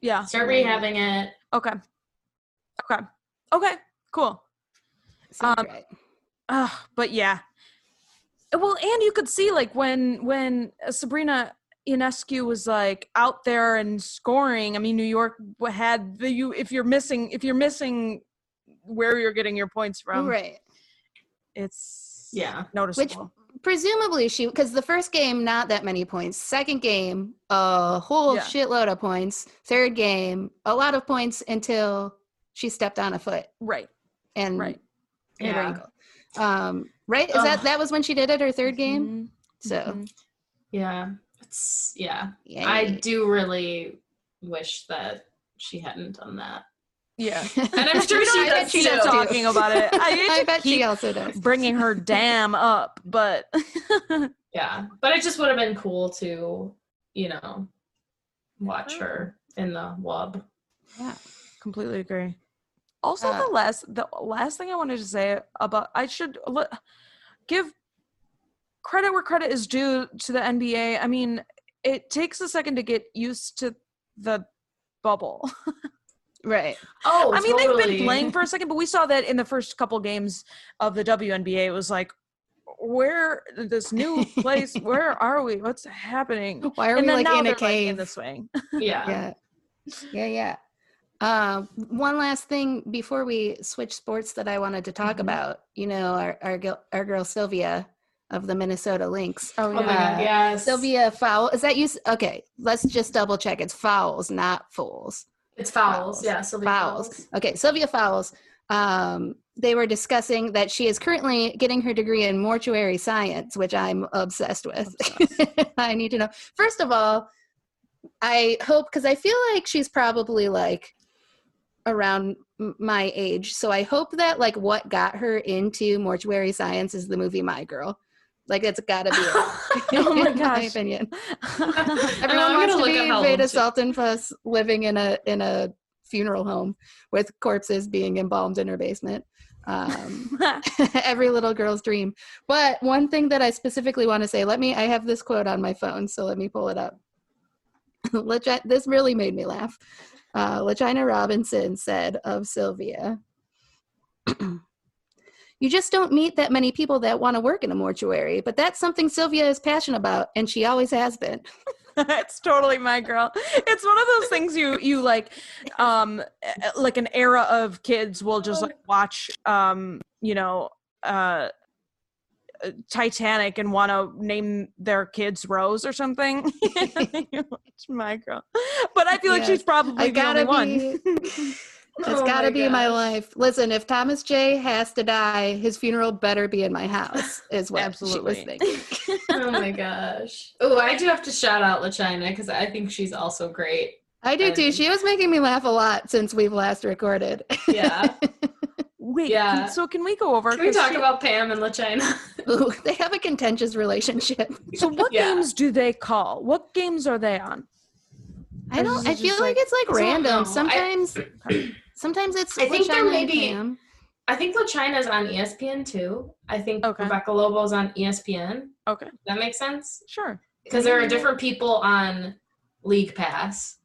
C: Yeah.
D: Start rehabbing it.
C: Okay. Okay. Okay. Cool. Um,
B: Secret.
C: Uh, but yeah. Well, and you could see like when when uh, Sabrina Ionescu was like out there and scoring. I mean, New York w- had the you if you're missing if you're missing where you're getting your points from.
B: right.
C: It's
D: Yeah.
C: noticeable.
B: Presumably she because the first game not that many points. Second game a whole
C: Yeah.
B: shitload of points. Third game a lot of points until she stepped on a foot.
C: right.
B: and
C: Right.
B: hit her
D: Yeah.
B: ankle. Um, right? Is that
D: Ugh.
B: that was when she did it? Her third game. So
C: Mhm.
D: Yeah. It's yeah.
B: yeah,
D: I do really wish that she hadn't done that.
C: Yeah.
D: And I'm sure
C: We
D: she
C: don't
D: does
C: get to
D: too.
C: keep talking about it. I, hate
B: I
C: to
B: bet she
C: keep
B: also does.
C: bringing her damn up, but
D: Yeah. But it just would have been cool to, you know,
C: Oh.
D: watch her in the wub.
C: completely agree. Also,
B: Uh,
C: the last the last thing I wanted to say about I should l- give credit where credit is due to the NBA. I mean, it takes a second to get used to the bubble.
B: Right.
D: Oh,
C: I mean, they've
D: totally.
C: been playing for a second, but we saw that in the first couple games of the WNBA. It was like, where this new place? where are we? What's happening?
B: Why are
C: and
B: we
C: then
B: like
C: now
B: in
C: they're
B: a
C: like in
B: cave? Oh,
C: the swing.
D: Yeah.
B: yeah. Yeah. Yeah. Uh, one last thing before we switch sports that I wanted to talk
C: Mhm.
B: about. You know, our our, gil- our girl Sylvia of the Minnesota Lynx.
D: Oh my
B: Uh,
D: god, yes.
B: Sylvia Fowl. Is that you? s- Okay, let's just double check. It's Fowls, not Fools.
D: It's fouls.
B: Fouls.
D: Yeah, Sylvia
B: Fowles.
D: fouls.
B: Okay, Sylvia Fowles. Um, they were discussing that she is currently getting her degree in mortuary science, which I'm obsessed with. I need to know. First of all, I hope because I feel like she's probably like around m- my age, so I hope that like what got her into mortuary sance is the movie My Girl. Like it's got to be. it,
C: Oh my
B: in my
C: gosh.
B: opinion.
D: And
B: Everyone
D: I'm
B: wants to
D: gonna look up
B: be
D: how
B: Veda
D: old she-
B: Saltanpas living in a in a funeral home with corpses being embalmed in her basement. Um, every little girl's dream. But one thing that I specifically want to say, let me I have this quote on my phone, so let me pull it up. Legi- this really made me laugh. Uh, Legina Robinson said of Sylvia, You just don't meet that many people that want to work in a mortuary, but that's something Sylvia is passionate about, and she always has been.
C: it's totally my girl. It's one of those things you you like, um, eh, like an era of kids will just like watch, um, you know, uh, uh, Titanic and want to name their kids Rose or something. it's my girl, but I feel like
B: Yes.
C: she's probably
B: I
C: the only
B: gotta
C: one.
B: be. That's
D: Oh
B: gotta
D: my
B: be my
D: gosh.
B: life. Listen, if Thomas J has to die, his funeral better be in my house. Is what
C: Absolutely.
B: she was thinking.
D: oh my gosh. Oh, I do have to shout out Lachina because I think she's also great.
B: I do too.
D: And-
B: She was making me laugh a lot since we've last recorded.
D: Yeah.
C: Wait,
D: Yeah.
C: can- so can we go over?
D: Can we
C: 'cause
D: talk
C: she-
D: about Pam and Lachina?
B: Ooh, they have a contentious relationship.
C: So what
D: Yeah.
C: games do they call? What games are they on?
B: I
C: Or is
B: don't.
C: it
B: I
C: just
B: feel like,
C: like-
B: it's
D: I
B: like
D: don't
B: random.
D: know. I-
B: Sometimes, sometimes it's.
D: I think
B: Wish
D: there
B: Knew
D: may be-
B: Pam.
D: I think Lachina's on E ESPN too. I think
C: Okay.
D: Rebecca Lobo's on E ESPN.
C: Okay,
D: That makes sense
C: sure.
D: because there are different people on League Pass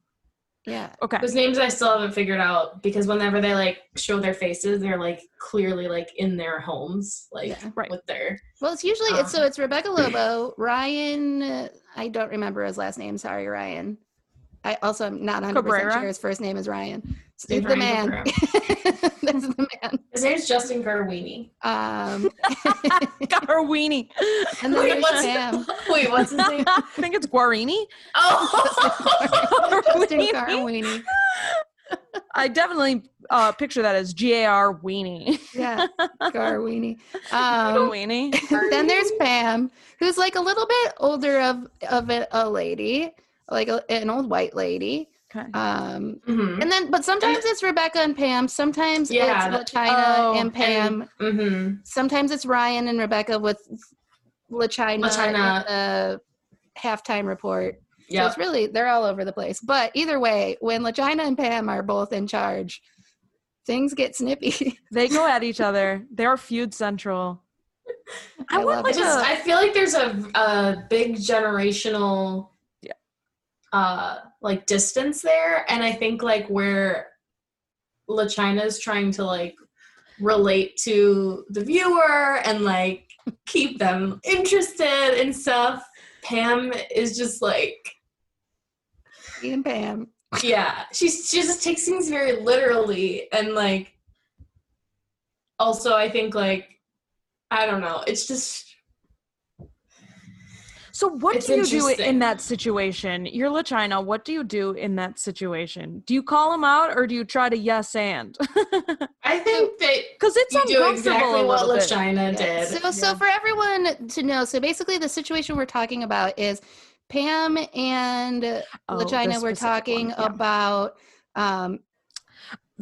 B: Yeah.
C: Okay.
D: whose names I still haven't figured out because whenever they like show their faces, they're like clearly like in their homes, like
B: Yeah.
C: Right.
D: with their
B: Well, it's usually it's so
D: Um,
B: it's Rebecca Lobo, Ryan. uh, I don't remember his last name. Sorry, Ryan. I also am not 100 percent
C: Cabrera?
B: sure his first name is Ryan. It's
D: Dude,
B: the
D: Ryan
B: man.
D: Cabrera.
B: That's the man.
D: His name's Justin Garwini.
B: Um,
C: Garwini.
B: and then
D: Wait,
B: there's
D: what's-
B: Sam.
D: Wait, what's his name?
C: I think it's Guarini.
D: oh,
B: Justin
C: Weenie.
B: Carwini.
C: I definitely uh, picture that as G A R Weenie.
B: Yeah, Carwini.
C: Little
B: Um,
C: weenie.
B: then there's Pam, who's like a little bit older of of a, a lady, like a, an old white lady.
C: Okay.
B: Um,
C: Mm-hmm.
D: Mhm.
B: And then, but sometimes it's Rebecca and Pam. Sometimes
D: Yeah,
B: it's Lachina
C: oh,
B: and Pam.
D: Mhm.
B: sometimes it's Ryan and Rebecca with Lachina,
D: LaChina.
B: and the halftime report. So
D: Yeah.
B: it's really they're all over the place. But either way, when Lachina and Pam are both in charge, things get snippy.
C: They go at each other. They're feud central. I,
B: I
C: want
B: love
C: like
D: I just
C: a
D: I feel like there's a a big generational
C: Yeah.
D: uh like distance there and I think like where Lachina's trying to like relate to the viewer and like keep them interested and stuff. Pam is just like
B: Ian and Pam.
D: yeah, she's she just takes things very literally and like also I think like I don't know, it's just
C: So what
D: It's
C: do you do in
D: interesting.
C: that situation? You're Lachina. What do you do in that situation? Do you call him out or do you try to yes and? Because
D: I think that
C: it's
D: you do
C: uncomfortable
D: exactly
C: a
D: what
C: little bit.
D: Lashina did.
B: So, so
C: Yeah.
B: for everyone to know, so basically the situation we're talking about is Pam and
C: Oh, the
B: Lagina were
C: specific one,
B: talking
C: yeah.
B: about um,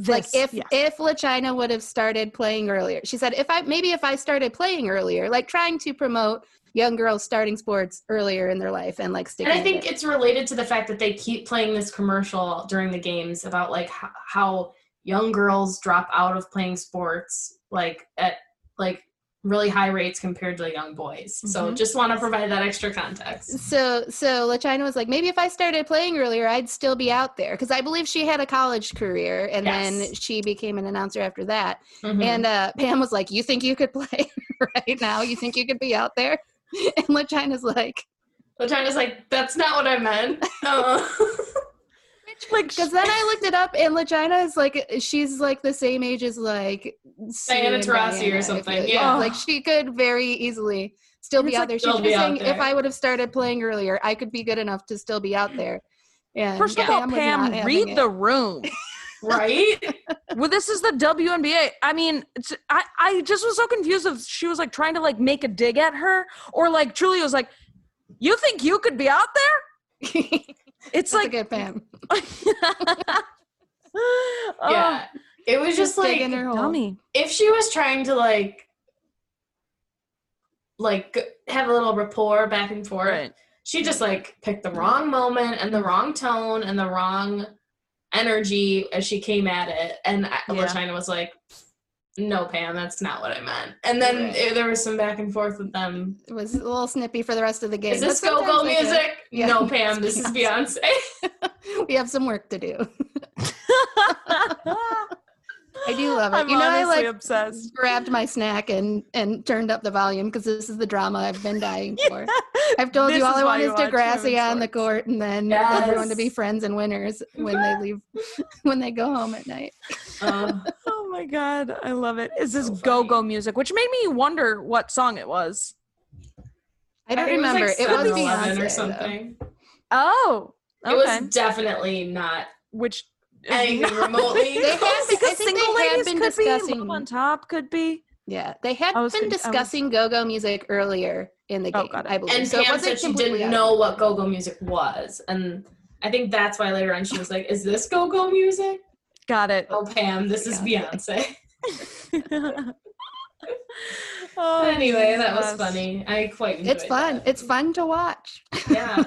B: like
C: This,
B: if
C: yeah.
B: if Lachina would have started playing earlier. She said if I maybe if I started playing earlier, like trying to promote young girls starting sports earlier in their life and like sticking.
D: And I
B: with
D: think
B: it.
D: it's related to the fact that they keep playing this commercial during the games about like h- how young girls drop out of playing sports like at like really high rates compared to young boys. So
C: Mhm.
D: just want to provide that extra context.
B: so so Lachina was like maybe if I started playing earlier, I'd still be out there because I believe she had a college career and then
D: Yes.
B: she became an announcer after that.
C: Mm-hmm.
D: Mhm.
B: And uh, Pam was like, "You think you could play right now? You think you could be out there?" And Lachina's like,
D: Latina's like, that's not what I meant. Uh-uh."
C: like
B: Because then I looked it up, and Legina is like she's like the same age as like Sue
D: Diana
B: and
D: Taurasi or
B: Diana, if
D: something,
B: you-
D: yeah.
B: like she could very easily still
C: And
B: be
C: it's
B: out
C: like,
B: there. She's
D: they'll be
B: just
D: out
B: saying if
D: there.
B: I would have started playing earlier, I could be good enough to still be out there. And
C: first of all,
B: was not
C: Pam,
B: having
C: read
B: it.
C: the room.
D: right?
C: well, this is the WNBA. I mean, it's, I I just was so confused if she was like trying to like make a dig at her or like Julia was like, "You think you could be out there?" It's
B: That's a
C: like,
B: good Pam.
C: oh,
D: yeah. It was just like
B: digging her hole.
C: dummy.
D: if she was trying to like like g- have a little rapport back and forth
C: Right.
D: she just like picked the wrong moment and the wrong tone and the wrong energy as she came at it and I-
C: Yeah.
D: Lashina was like no pam that's not what i meant and then
B: Right.
D: it- there was some back and forth with them
B: It was a little snippy for the rest of the game.
D: is this
B: but
D: go
B: sometimes
D: go
B: they're good.
D: music
B: Yeah.
D: no pam this is beyonce
B: We have some work to do. I do love it.
C: I'm
B: You know, I,
C: honestly
B: like,
C: obsessed.
B: grabbed my snack and and turned up the volume because this is the drama I've been dying for. I've told
C: This
B: you all
C: is why
B: I want
C: you
B: is
C: watch
B: Degrassi
C: women's
B: on the
C: sports.
B: court and then everyone to be
D: Yes.
B: friends and winners when they leave when they go home at night. Um,
D: Oh,
C: Oh my god, I love it. Is this
D: So
C: go go music? Which made me wonder what song it was.
B: I don't
D: think
B: remember. It was,
D: 7-Eleven
B: Beyonce
D: or
B: though.
D: something
C: Oh, okay.
D: it was definitely not
C: Which is
D: anything
C: not-
D: remotely
B: They had
D: close.
B: I
C: because
B: think they
C: single
B: had
C: ladies
B: been
C: could be
B: discussing-
C: Love on top could be
B: Yeah, they had
C: I was
B: been
C: con- I was-
B: discussing go-go music earlier in the
C: Oh,
B: game.
C: got it.
B: I believe.
D: And
B: so it
D: Pam
B: wasn't
D: said she
B: completely
D: didn't
B: out.
D: know what go-go music was, and I think that's why later on she was like, "Is this go-go music?"
C: got it.
D: Oh, Pam, this is Beyonce.
C: Oh,
D: anyway, that was
C: Jesus.
D: funny. I quite enjoyed
B: It's fun.
D: that.
B: It's fun to watch.
D: yeah.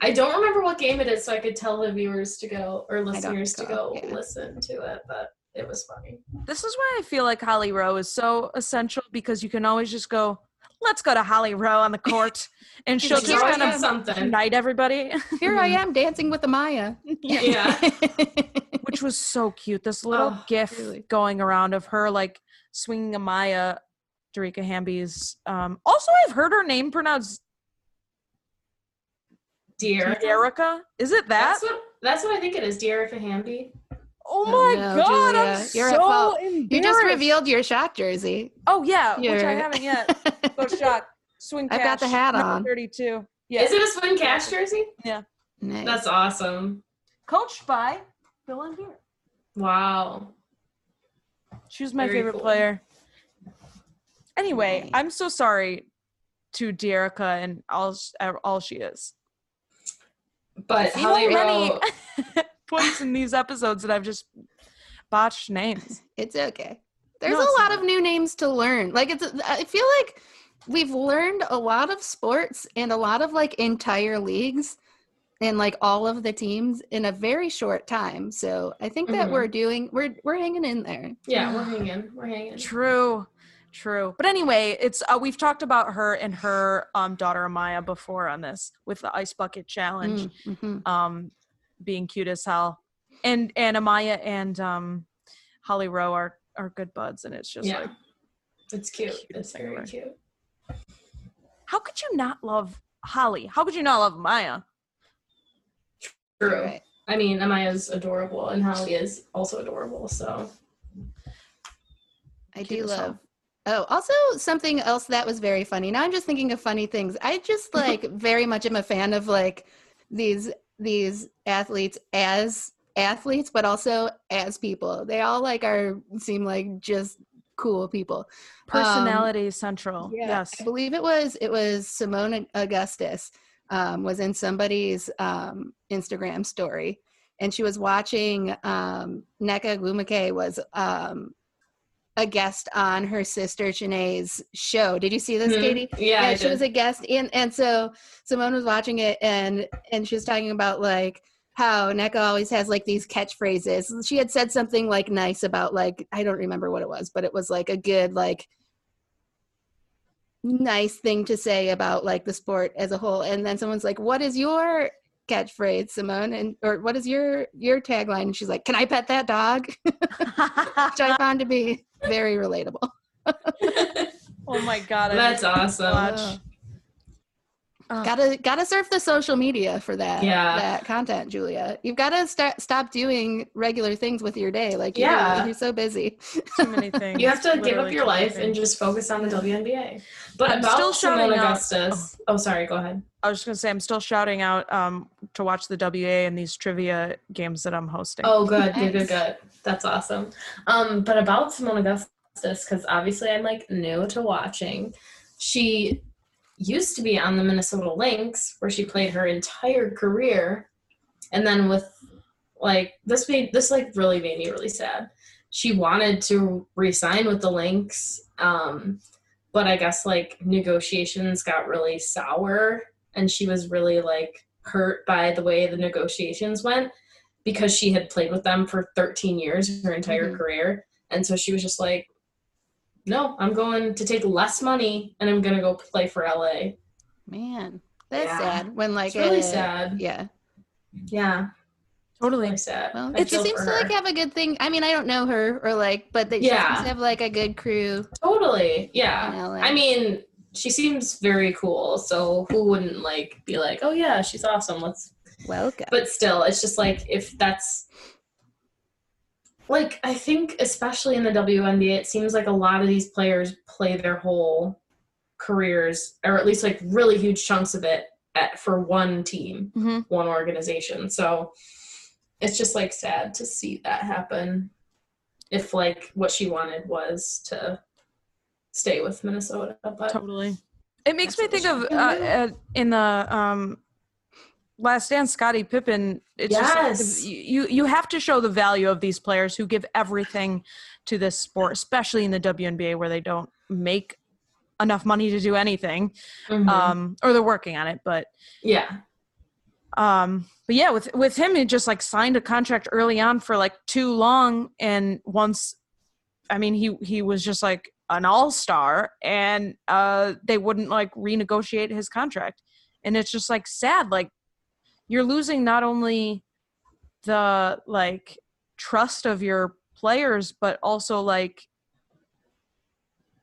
D: I don't remember what game it is, so I could tell the viewers to go or listeners to
B: recall,
D: go
B: yeah.
D: listen to it, but it was funny.
C: This is why I feel like Holly Rowe is so essential because you can always just go, let's go to Holly Rowe on the court, and she'll
D: She's
C: just
D: always
C: kind
D: got
C: of
D: something.
C: unite everybody,
B: Here
C: Mm-hmm.
B: I am dancing with the Maya.
D: Yeah.
C: which was so cute. This little
D: Oh,
C: gif
B: really.
C: going around of her like swinging a Maya, Dorica Hamby's. Um, also, I've heard her name pronounced
D: Dear.
C: Erica. Is it that?
D: That's what that's what I think it is, Dear Hamby.
C: Oh
B: Oh,
C: my
B: no,
C: god, I'm
B: Julia, you're at
C: so
B: fault.
C: embarrassed.
B: You just revealed your shock jersey.
C: Oh yeah, which I
B: You're-
C: haven't yet. Go shock. Swing
B: I've got the
C: catch,
B: hat
C: number
B: on.
C: 32. Yeah.
D: Is it a Swin Cash jersey?
B: Nice.
D: That's awesome.
C: coached by Bill and Beer.
D: Wow.
C: She was my
D: Very
C: favorite
D: cool.
C: player. Anyway,
B: Nice.
C: I'm so sorry to Derica and all sh- all she is.
D: But
C: You know how
D: Holly
C: many-
D: Rowe
C: Points in these episodes that I've just botched names.
B: It's okay. There's
C: No, it's
B: a lot
C: not.
B: of new names to learn. Like it's I feel like we've learned a lot of sports and a lot of like entire leagues and like all of the teams in a very short time. So I think
C: Mm-hmm.
B: that
D: Mhm.
B: we're doing we're we're hanging in there.
D: Yeah, we're hanging. We're hanging.
C: True. True. But anyway, it's uh, we've talked about her and her um, daughter Amaya before on this with the ice bucket challenge.
B: Mm, mhm.
C: um being cute as hell and and amaya and um holly rowe are are good buds and it's just
D: yeah.
C: like
D: it's cute.
C: cute
D: It's very
C: everywhere.
D: cute.
C: how could you not love holly how could you not love maya
D: Um,
B: You're
D: True.
B: right.
D: I mean, Amaya's adorable and Holly is also adorable. So
B: I
C: Cute
B: do
C: as hell.
B: love Oh, also something else that was very funny. Now I'm just thinking of funny things. I just like very much am a fan of like these these athletes as athletes, but also as people. They all like are seem like just cool people.
C: Personality central.
B: Yeah,
C: yes.
B: I believe it was it was Simone Augustus um, was in somebody's um, Instagram story, and she was watching um, Neka Agumake was um, a guest on her sister Janae's show. Did you see this,
D: Mhm.
B: Katie?
D: Yeah, I
B: she
D: did.
B: was a guest, and and so Simone was watching it, and and she was talking about like how Neko always has like these catchphrases. She had said something like nice about like I don't remember what it was, but it was like a good like nice thing to say about like the sport as a whole. And then someone's like, "What is your catchphrase, Simone?" And or what is your your tagline? And she's like, "Can I pet that dog?" which I found to be very relatable.
C: oh my god. I
D: That's
C: need to
D: awesome.
C: watch. Ugh.
B: Gotta gotta surf the social media for that
D: Yeah.
B: that content, Julia. You've gotta start stop doing regular things with your day. Like you
D: Yeah.
B: you're so busy.
C: too many things.
D: You have to give up
C: Literally
D: your
C: too many
D: life and
C: things.
D: just focus on the WNBA. But
C: I'm
D: about
C: still
D: Simone
C: shouting out-
D: Augustus. Oh. sorry. Go ahead.
C: I was just gonna say I'm still shouting out um, to watch the WA and these trivia games that I'm hosting.
D: Oh, good, good, good,
B: Nice.
D: good. That's awesome. Um, but about Simone Augustus, because obviously I'm like new to watching. She used to be on the Minnesota Lynx, where she played her entire career, and then with like this made this like really made me really sad. She wanted to resign with the Lynx, um, but I guess like negotiations got really sour, and she was really like hurt by the way the negotiations went because she had played with them for 13 years her entire
B: Mhm.
D: career and so she was just like no i'm going to take less money and i'm going to go play for la it's
B: Man. That's
D: Yeah.
B: sad when like
D: really
B: it-
D: sad
B: Yeah.
D: yeah
C: totally.
D: really sad
B: Well
D: I
B: it
D: feel
B: seems
D: for
B: to
D: her.
B: like have a good thing. I mean, I don't know her or like, but they she
D: Yeah.
B: seems to have like a good crew.
D: totally yeah
B: You know, like,
D: i mean she seems very cool so who wouldn't like be like oh yeah she's awesome let's
B: welcome.
D: but still it's just like if that's like i think especially in the WNBA it seems like a lot of these players play their whole careers or at least like really huge chunks of it at, for one team
C: hmm
D: one organization so it's just like sad to see that happen if like what she wanted was to stay with Minnesota but
C: Totally. It makes me
D: That's
C: think
D: what
C: of uh,
D: she
C: uh, in the um, Last Dance, Scottie Pippen. It's just
D: Yes.
C: like, you you have to show the value of these players who give everything to this sport, especially in the WNBA where they don't make enough money to do anything,
D: Mhm.
C: um, or they're working on it, but
D: yeah
C: um but yeah with with him he just like signed a contract early on for like too long and once i mean he he was just like an all-star and uh they wouldn't like renegotiate his contract and it's just like sad like you're losing not only the like trust of your players but also like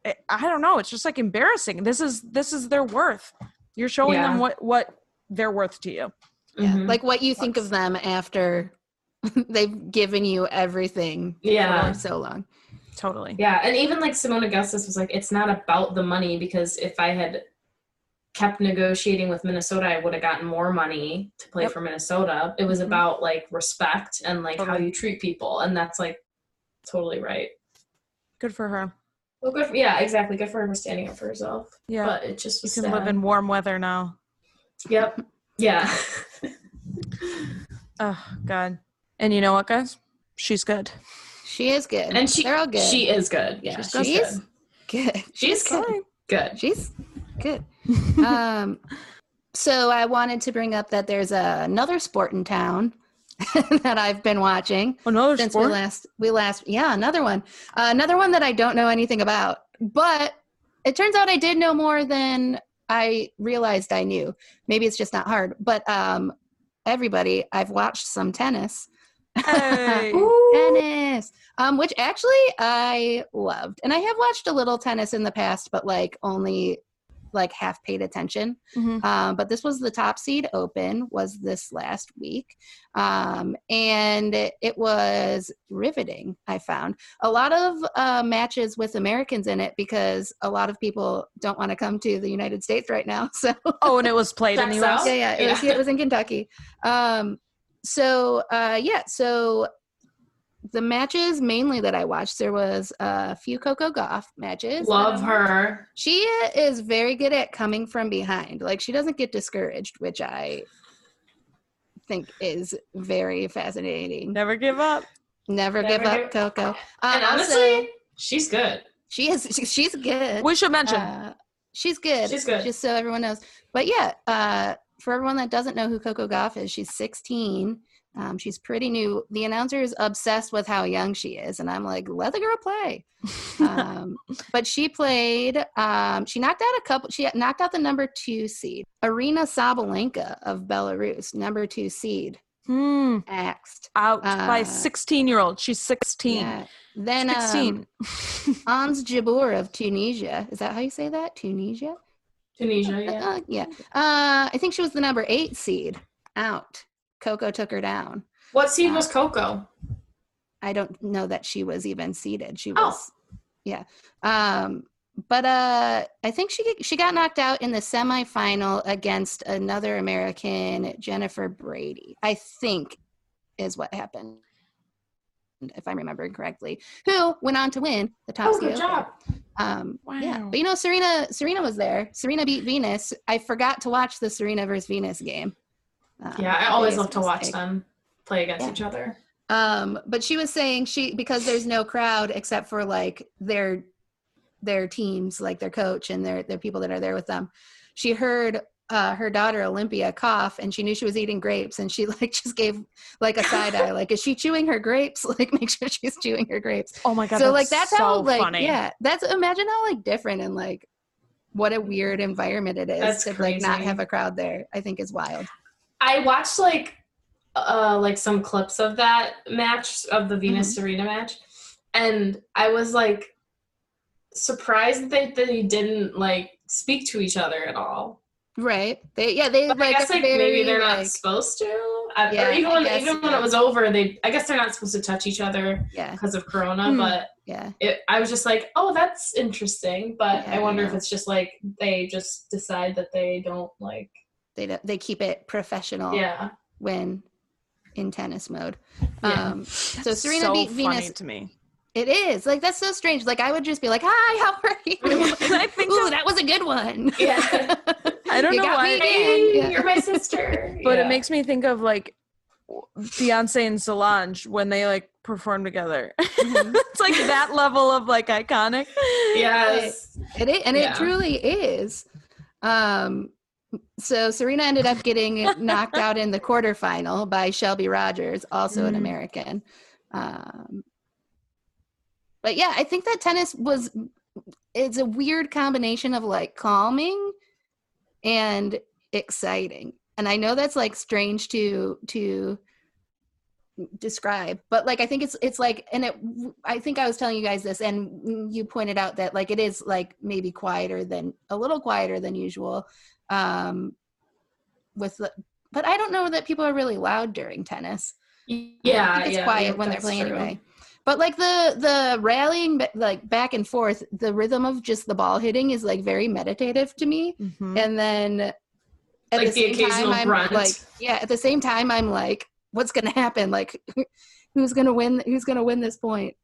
C: I- i don't know it's just like embarrassing this is this is their worth you're showing
D: Yeah.
C: them what what they're worth to you
B: Yeah.
D: Mhm.
B: Like what you think of them after they've given you everything
D: yeah
B: for so long.
C: Totally.
D: Yeah, and even like Simone Augustus was like, it's not about the money because if I had kept negotiating with Minnesota, I would have gotten more money to play
C: Yep.
D: for Minnesota. It was
B: Mhm.
D: about like respect and like how
C: Totally.
D: you treat people, and that's like totally right.
C: Good for her.
D: Well, good. For, yeah, exactly. Good for her for standing up for herself.
C: Yeah.
D: But it just
C: you
D: was
C: can
D: sad.
C: live in warm weather now.
D: Yep. Yeah.
C: Oh God. And you know what, guys? She's good.
B: She is good.
D: and she
B: they're all good.
D: She is good. Yeah,
B: She's
D: she's
B: good.
D: good.
B: good.
D: She's good.
C: Sorry.
D: good.
B: She's good. Um, so I wanted to bring up that there's a, another sport in town that I've been watching
C: Another
B: since
C: sport.
B: we last we last yeah another one uh, another one that I don't know anything about, but it turns out I did know more than I realized I knew. Maybe it's just not hard, but um, everybody, I've watched some tennis.
C: Hey.
B: tennis um which actually i loved and i have watched a little tennis in the past but like only like half paid attention.
C: Mhm.
B: Um, but this was the top seed open was this last week, um, and it was riveting. I found a lot of uh, matches with Americans in it because a lot of people don't want to come to the United States right now. So
C: Oh, and it was played in the
D: Checks
C: U.S.
D: out.
B: yeah, yeah, it was
D: Oh, Yeah.
B: it was in Kentucky. Um, so uh, yeah, so the matches mainly that I watched, there was a few Coco Goff matches.
D: Love
B: Um,
D: her.
B: She is very good at coming from behind. Like she doesn't get discouraged, which I think is very fascinating.
C: Never give up.
B: Never,
D: Never
B: give up,
D: give-
B: Coco. Uh,
D: And
B: also,
D: honestly, she's good.
B: she is she- she's good.
C: We should mention.
B: Uh, she's good.
D: She's good.
B: Just so everyone knows. But yeah, uh, for everyone that doesn't know who Coco Goff is, she's 16. Um, she's pretty new. The announcer is obsessed with how young she is, and I'm like, let the girl play. um, but she played. Um, she knocked out a couple. She knocked out the number two seed, Arena Sabalenka of Belarus, number two seed,
C: Hmm.
B: axed.
C: Out by
B: Uh,
C: 16 year old. She's 16.
B: Yeah. um, Then um,
C: 16.
B: Ans Jabour of Tunisia. Is that how you say that? Tunisia.
D: Tunisia, yeah.
B: Uh, yeah. Uh, I think she was the number eight seed out. Coco took her down.
D: What seed was Coco?
B: I don't know that she was even seeded. She
D: Oh.
B: was, yeah. Um, but uh, I think she she got knocked out in the semifinal against another American, Jennifer Brady. I think is what happened, if I'm remembering correctly. Who went on to win the top
D: Oh,
B: seed
D: good
B: overall.
D: job.
B: Um, Yeah,
C: Wow.
B: but you know, Serena. Serena was there. Serena beat Venus. I forgot to watch the Serena versus Venus game. Um,
D: Yeah, I always
B: biggest
D: love to watch
B: mistake.
D: them play against
B: Yeah.
D: each other.
B: Um, but she was saying she because there's no crowd except for like their their teams, like their coach and their their people that are there with them. She heard uh, her daughter Olympia cough, and she knew she was eating grapes, and she like just gave like a side eye, like is she chewing her grapes? Like make sure she's chewing her grapes
C: Oh my God.
B: so like that's how
C: so
B: like
C: funny.
B: yeah that's imagine how like different and like what a weird environment it is
D: That's
B: to like not
D: crazy.
B: have a crowd there i think is wild
D: I watched like uh like some clips of that match of the Venus
B: Mm-hmm.
D: Serena match and I was like surprised that they didn't like speak to each other at all.
B: right they yeah they
D: But
B: like,
D: I guess
B: are
D: like
B: very,
D: maybe they're not
B: like-
D: supposed to. I,
B: Yeah,
D: or even
B: I
D: when
B: guess,
D: even when
B: yeah.
D: it was over, they I guess they're not supposed to touch each other
B: yeah
D: because of corona,
C: Hmm.
D: but
B: yeah
D: it, I was just like, oh, that's interesting, but
B: Yeah,
D: I wonder if
B: yeah.
D: it's just like they just decide that they don't like.
B: they don't they keep it professional
D: Yeah,
B: when in tennis mode
D: Yeah.
B: um so serena
C: so
B: beat
C: funny
B: venus
C: to me.
B: it is like that's so strange like i would just be like hi how are you
C: I think
B: Ooh, that was a good one
D: Yeah.
C: I don't
B: You
C: know
B: got
C: why.
B: me
D: hey,
B: again. Yeah.
D: you're my sister.
C: but
D: Yeah.
C: it makes me think of like Beyonce and Solange when they like perform together.
D: Mm-hmm.
B: Mhm.
C: it's like that level of like iconic.
D: yes.
B: It is, and
D: Yeah.
B: it truly is. Um, so Serena ended up getting knocked out in the quarterfinal by Shelby Rogers, also an
C: Mhm.
B: American. Um, but yeah, I think that tennis was it's a weird combination of like calming and exciting. And I know that's like strange to to describe but like i think it's it's like and it i think i was telling you guys this and you pointed out that like it is like maybe quieter than a little quieter than usual um with the, but i don't know that people are really loud during tennis
D: Yeah.
B: I think it's
D: yeah,
B: quiet
D: yeah,
B: when they're
D: that's
B: playing
D: true.
B: anyway but like the the rallying ba- like back and forth the rhythm of just the ball hitting is like very meditative to me
C: Mhm.
B: and then at
D: Mm-hmm. Like the
B: same time,
D: occasional
B: I'm
D: grunt.
B: like yeah at the same time i'm like what's gonna happen like who's gonna win who's gonna win this point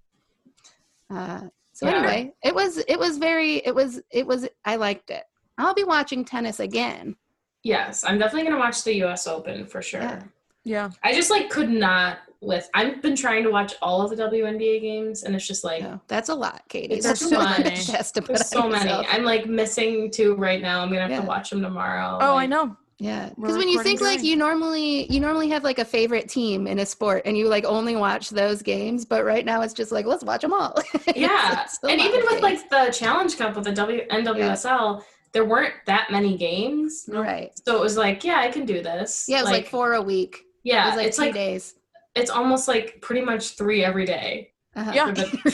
B: uh so
D: Yeah.
B: anyway it was it was very it was it was i liked it i'll be watching tennis again
D: Yes, I'm definitely gonna watch the U.S. Open for sure.
B: Yeah.
C: Yeah.
D: I just like could not with. I've been trying to watch all of the WNBA games, and it's just like.
B: No, that's a lot katie
D: It's
B: there's
D: so
B: so
D: many.
B: much has to put
D: There's so
B: on
D: many.
B: yourself.
D: I'm like missing two right now. I'm gonna have
B: Yeah.
D: to watch them tomorrow.
C: Oh, I
D: Like,
C: know.
B: yeah
C: We're
B: because when you
C: recording
B: think like
C: today.
B: you normally you normally have like a favorite team in a sport and you like only watch those games but right now it's just like let's watch them all It's-
D: yeah
B: it's a
D: and
B: lot
D: even
B: of
D: with
B: games.
D: like the challenge cup with the w nwsl there weren't that many games
B: right
D: so it was like yeah i can do this
B: Yeah, it was like, four a week. It
D: yeah
B: was like
D: it's
B: two
D: like
B: days.
D: it's almost like pretty much three every day
B: Uh-huh.
C: Yeah.
D: for the-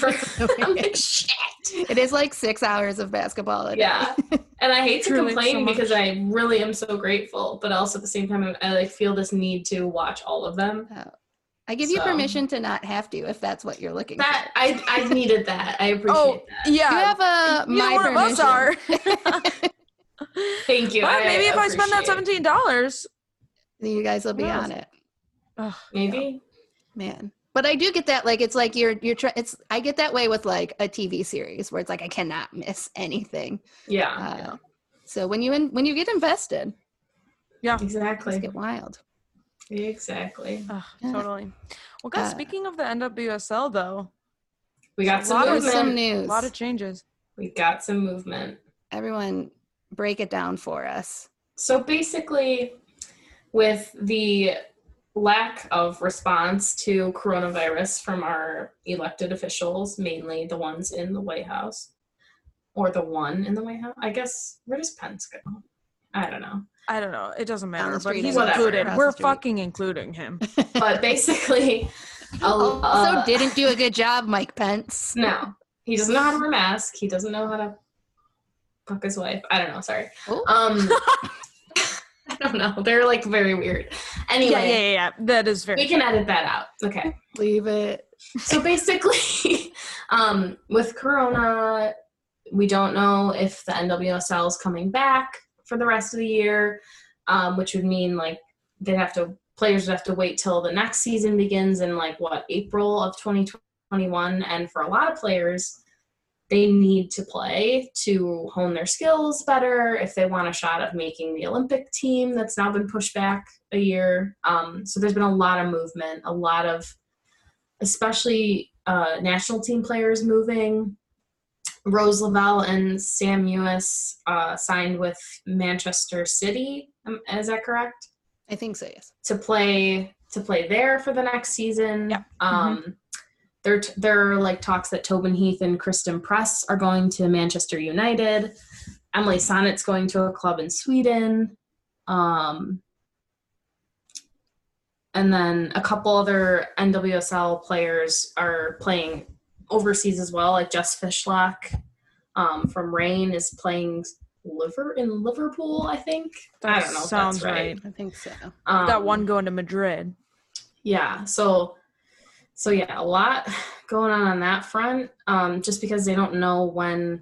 D: for- I'm like, shit.
B: It is like six hours of basketball. a day.
D: Yeah. And I hate to
C: Truly so
D: complain
C: much.
D: because I really am so grateful, but also at the same time, I like feel this need to watch all of them.
B: I give you
D: So-
B: permission to not have to if that's what you're looking
D: That I I needed that. I appreciate
C: Oh,
D: that.
B: for. You
C: yeah.
B: have a
C: You know
B: my
C: one of us
B: permission.
C: are.
D: Thank you.
C: Well,
D: I
C: maybe if I spend that
D: appreciate it.
C: seventeen dollars,
B: You guys will be
C: Yeah.
B: on it.
D: maybe
B: man but i do get that like it's like you're you're trying it's i get that way with like a tv series where it's like i cannot miss anything
D: yeah,
B: uh,
D: yeah.
B: so when you in, when you get invested things
D: exactly
B: get wild
D: exactly.
B: Yeah.
C: totally. Well, guys,
B: Uh,
C: speaking of the NWSL though,
D: We
C: A
D: got some
C: lot of
B: Here's
D: movement.
B: some
C: a
B: news
C: lot of changes.
D: we got some movement.
B: everyone break it down for us
D: So basically, with the lack of response to coronavirus from our elected officials, mainly the ones in the White House, or the one in the White House, I guess, where does Pence go? I don't know.
C: I don't know. It doesn't matter, but
B: street
C: he's
D: or whatever.
C: included.
B: Across
C: We're
B: the street.
C: fucking including him.
D: But basically, a-
B: also
D: uh,
B: didn't do a good job mike pence
D: no, he doesn't know how to wear a mask. He doesn't know how to fuck his wife. I don't know. Sorry.
B: Oh.
D: Um, I don't know. They're like very weird. Anyway,
C: Yeah, yeah, yeah, yeah. That is very.
D: we can edit that out. Okay.
B: leave it
D: so basically um, with corona we don't know if the nwsl is coming back for the rest of the year um, which would mean like they'd have to players would have to wait till the next season begins in like what april of 2021 and for a lot of players they need to play to hone their skills better if they want a shot of making the olympic team that's now been pushed back a year um, so there's been a lot of movement a lot of especially uh, national team players moving. Rose Lavelle and Sam Ewis uh, signed with Manchester City. um, Is that correct?
B: i think so yes
D: To play to play there for the next season.
C: Yeah. Mm-hmm.
D: Um, There, t- there are like talks that Tobin Heath and Kristen Press are going to Manchester United. Emily Sonnet's going to a club in Sweden. Um, and then a couple other NWSL players are playing overseas as well, like Jess Fishlock um, from Rain is playing Liver in Liverpool, I think. I don't know. if
C: Sounds
D: that's right.
B: i think so
D: Um,
C: Got one going to Madrid.
D: yeah so so yeah a lot going on on that front um just because they don't know when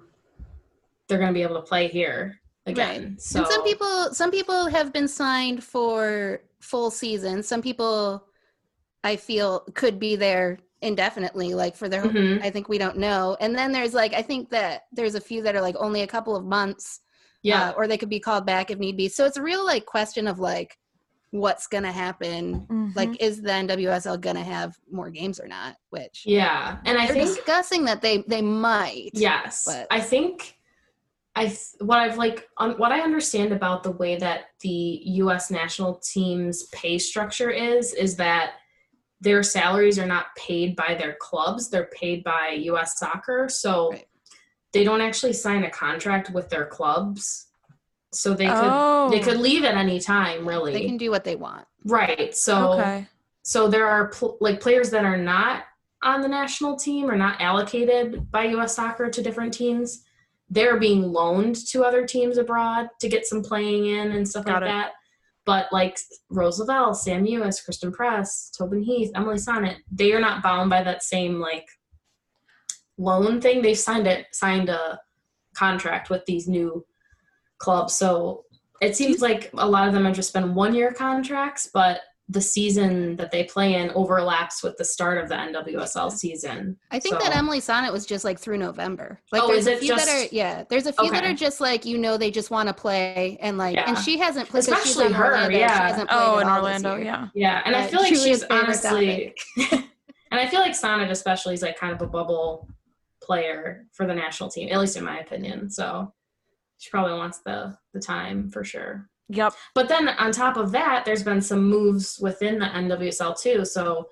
D: they're going to be able to play here again so
B: and some people some people have been signed for full season some people i feel could be there indefinitely like for
C: Mm-hmm.
B: their
D: Mhm.
B: i think we don't know and then there's like i think that there's a few that are like only a couple of months
D: yeah
B: uh, or they could be called back if need be so it's a real like question of like what's gonna happen
D: Mm-hmm.
C: Mm-hmm.
B: like is the nwsl gonna have more games or not which
D: yeah and i
B: they're
D: think
B: discussing that they they might
D: Yes,
B: but-
D: I think I th- what I've like on what I understand about the way that the U.S. national team's pay structure is is that their salaries are not paid by their clubs; they're paid by U.S. Soccer, so
B: Right.
D: they don't actually sign a contract with their clubs. So they could
C: oh,
D: they could leave at any time, really.
B: they can do what they want
D: right. So
C: Okay.
D: so there are pl- like players that are not on the national team or not allocated by US soccer to different teams. They're being loaned to other teams abroad to get some playing in and stuff
C: Got
D: like
C: it.
D: that. But like Rose Lavelle, Sam Ewis, Kristen Press, Tobin Heath, Emily Sonnet, they are not bound by that same like loan thing. They've signed it signed a contract with these new clubs. So it seems like a lot of them have just been one year contracts, but the season that they play in overlaps with the start of the NWSL season.
B: I think
D: So-
B: that Emily Sonnet was just like through November. Like
D: Oh,
B: there's
D: is
B: a
D: it
B: few that are
D: just-
B: yeah, there's a few that
D: Okay.
B: are just like you know they just want to play and like and
D: Yeah.
B: she hasn't played because she's
D: Especially
B: on
D: her,
B: Orlando. She
D: yeah.
B: hasn't played
C: Oh,
B: at
C: in
B: all this
C: Orlando.
B: year.
C: Yeah.
D: Yeah, and I
B: Yeah,
D: feel like
B: Julia's
D: she's
B: favorite
D: honestly, and I feel like Sonnet especially is like kind of a bubble player for the national team, at least in my opinion. So she probably wants the the time for sure.
C: Yep.
D: But then on top of that, there's been some moves within the NWSL too. So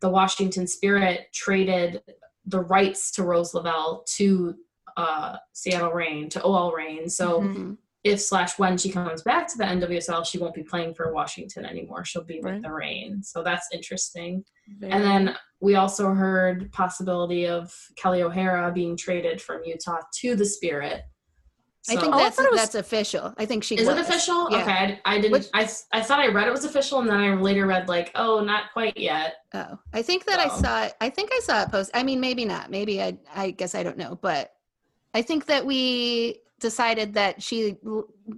D: the Washington Spirit traded the rights to Rose Lavelle to uh, Seattle Rain to OL Rain. So
C: Mhm.
B: Mhm.
D: if slash when she comes back to the NWSL, she won't be playing for Washington anymore. She'll be with
A: Right.
D: the Rain. So that's interesting. And then we also heard possibility of Kelly O'Hara being traded from Utah to the Spirit.
B: I think
D: So-
C: Oh, I
B: that's
C: thought it was-
B: that's official. I think she
D: is it
B: was.
D: official?
B: Yeah.
D: Okay, I, I didn't.
B: Which-
D: I I thought I read it was official, and then I later read like, oh, not quite yet.
B: Oh, I think that I
D: So-
B: saw. it- I think I saw it post. I mean, maybe not. Maybe I. I guess I don't know. But I think that we decided that she.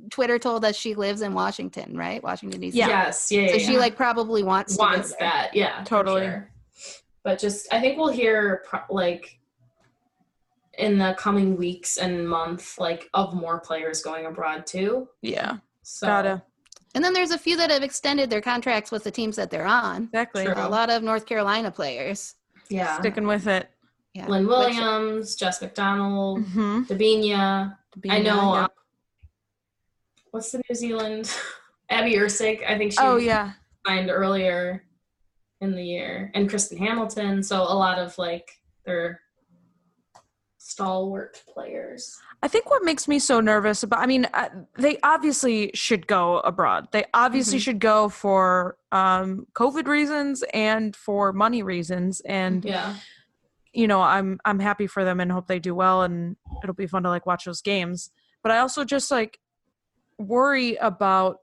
B: Twitter told us she lives in Washington, right? Washington D.C.
C: Yeah.
D: Yes. Yeah.
B: So
D: yeah,
B: she
D: yeah.
B: like probably wants to live
D: wants
B: there.
D: that. Yeah. for
A: Totally.
D: sure. But just, I think we'll hear pro- like in the coming weeks and month, like of more players going abroad too.
A: Yeah.
D: So
C: Gotta
B: And then there's a few that have extended their contracts with the teams that they're on.
C: exactly
D: True.
B: A lot of North Carolina players.
D: yeah,
C: sticking with it.
B: Yeah. Which-
D: Lynn Williams, Jess McDonald,
C: Mm-hmm.
D: Davinia. I
A: Being
D: know.
A: on
D: um, what's the New Zealand? Abby Ursig. I think she
C: Oh yeah,
D: signed earlier in the year, and Kristen Hamilton. So a lot of like their stalwart players.
C: I think what makes me so nervous about, I mean, uh, they obviously should go abroad. They
D: Mm-hmm.
C: obviously should go for um, COVID reasons and for money reasons. And
D: Yeah.
C: you know, I'm I'm happy for them and hope they do well. And it'll be fun to like watch those games. But I also just like worry about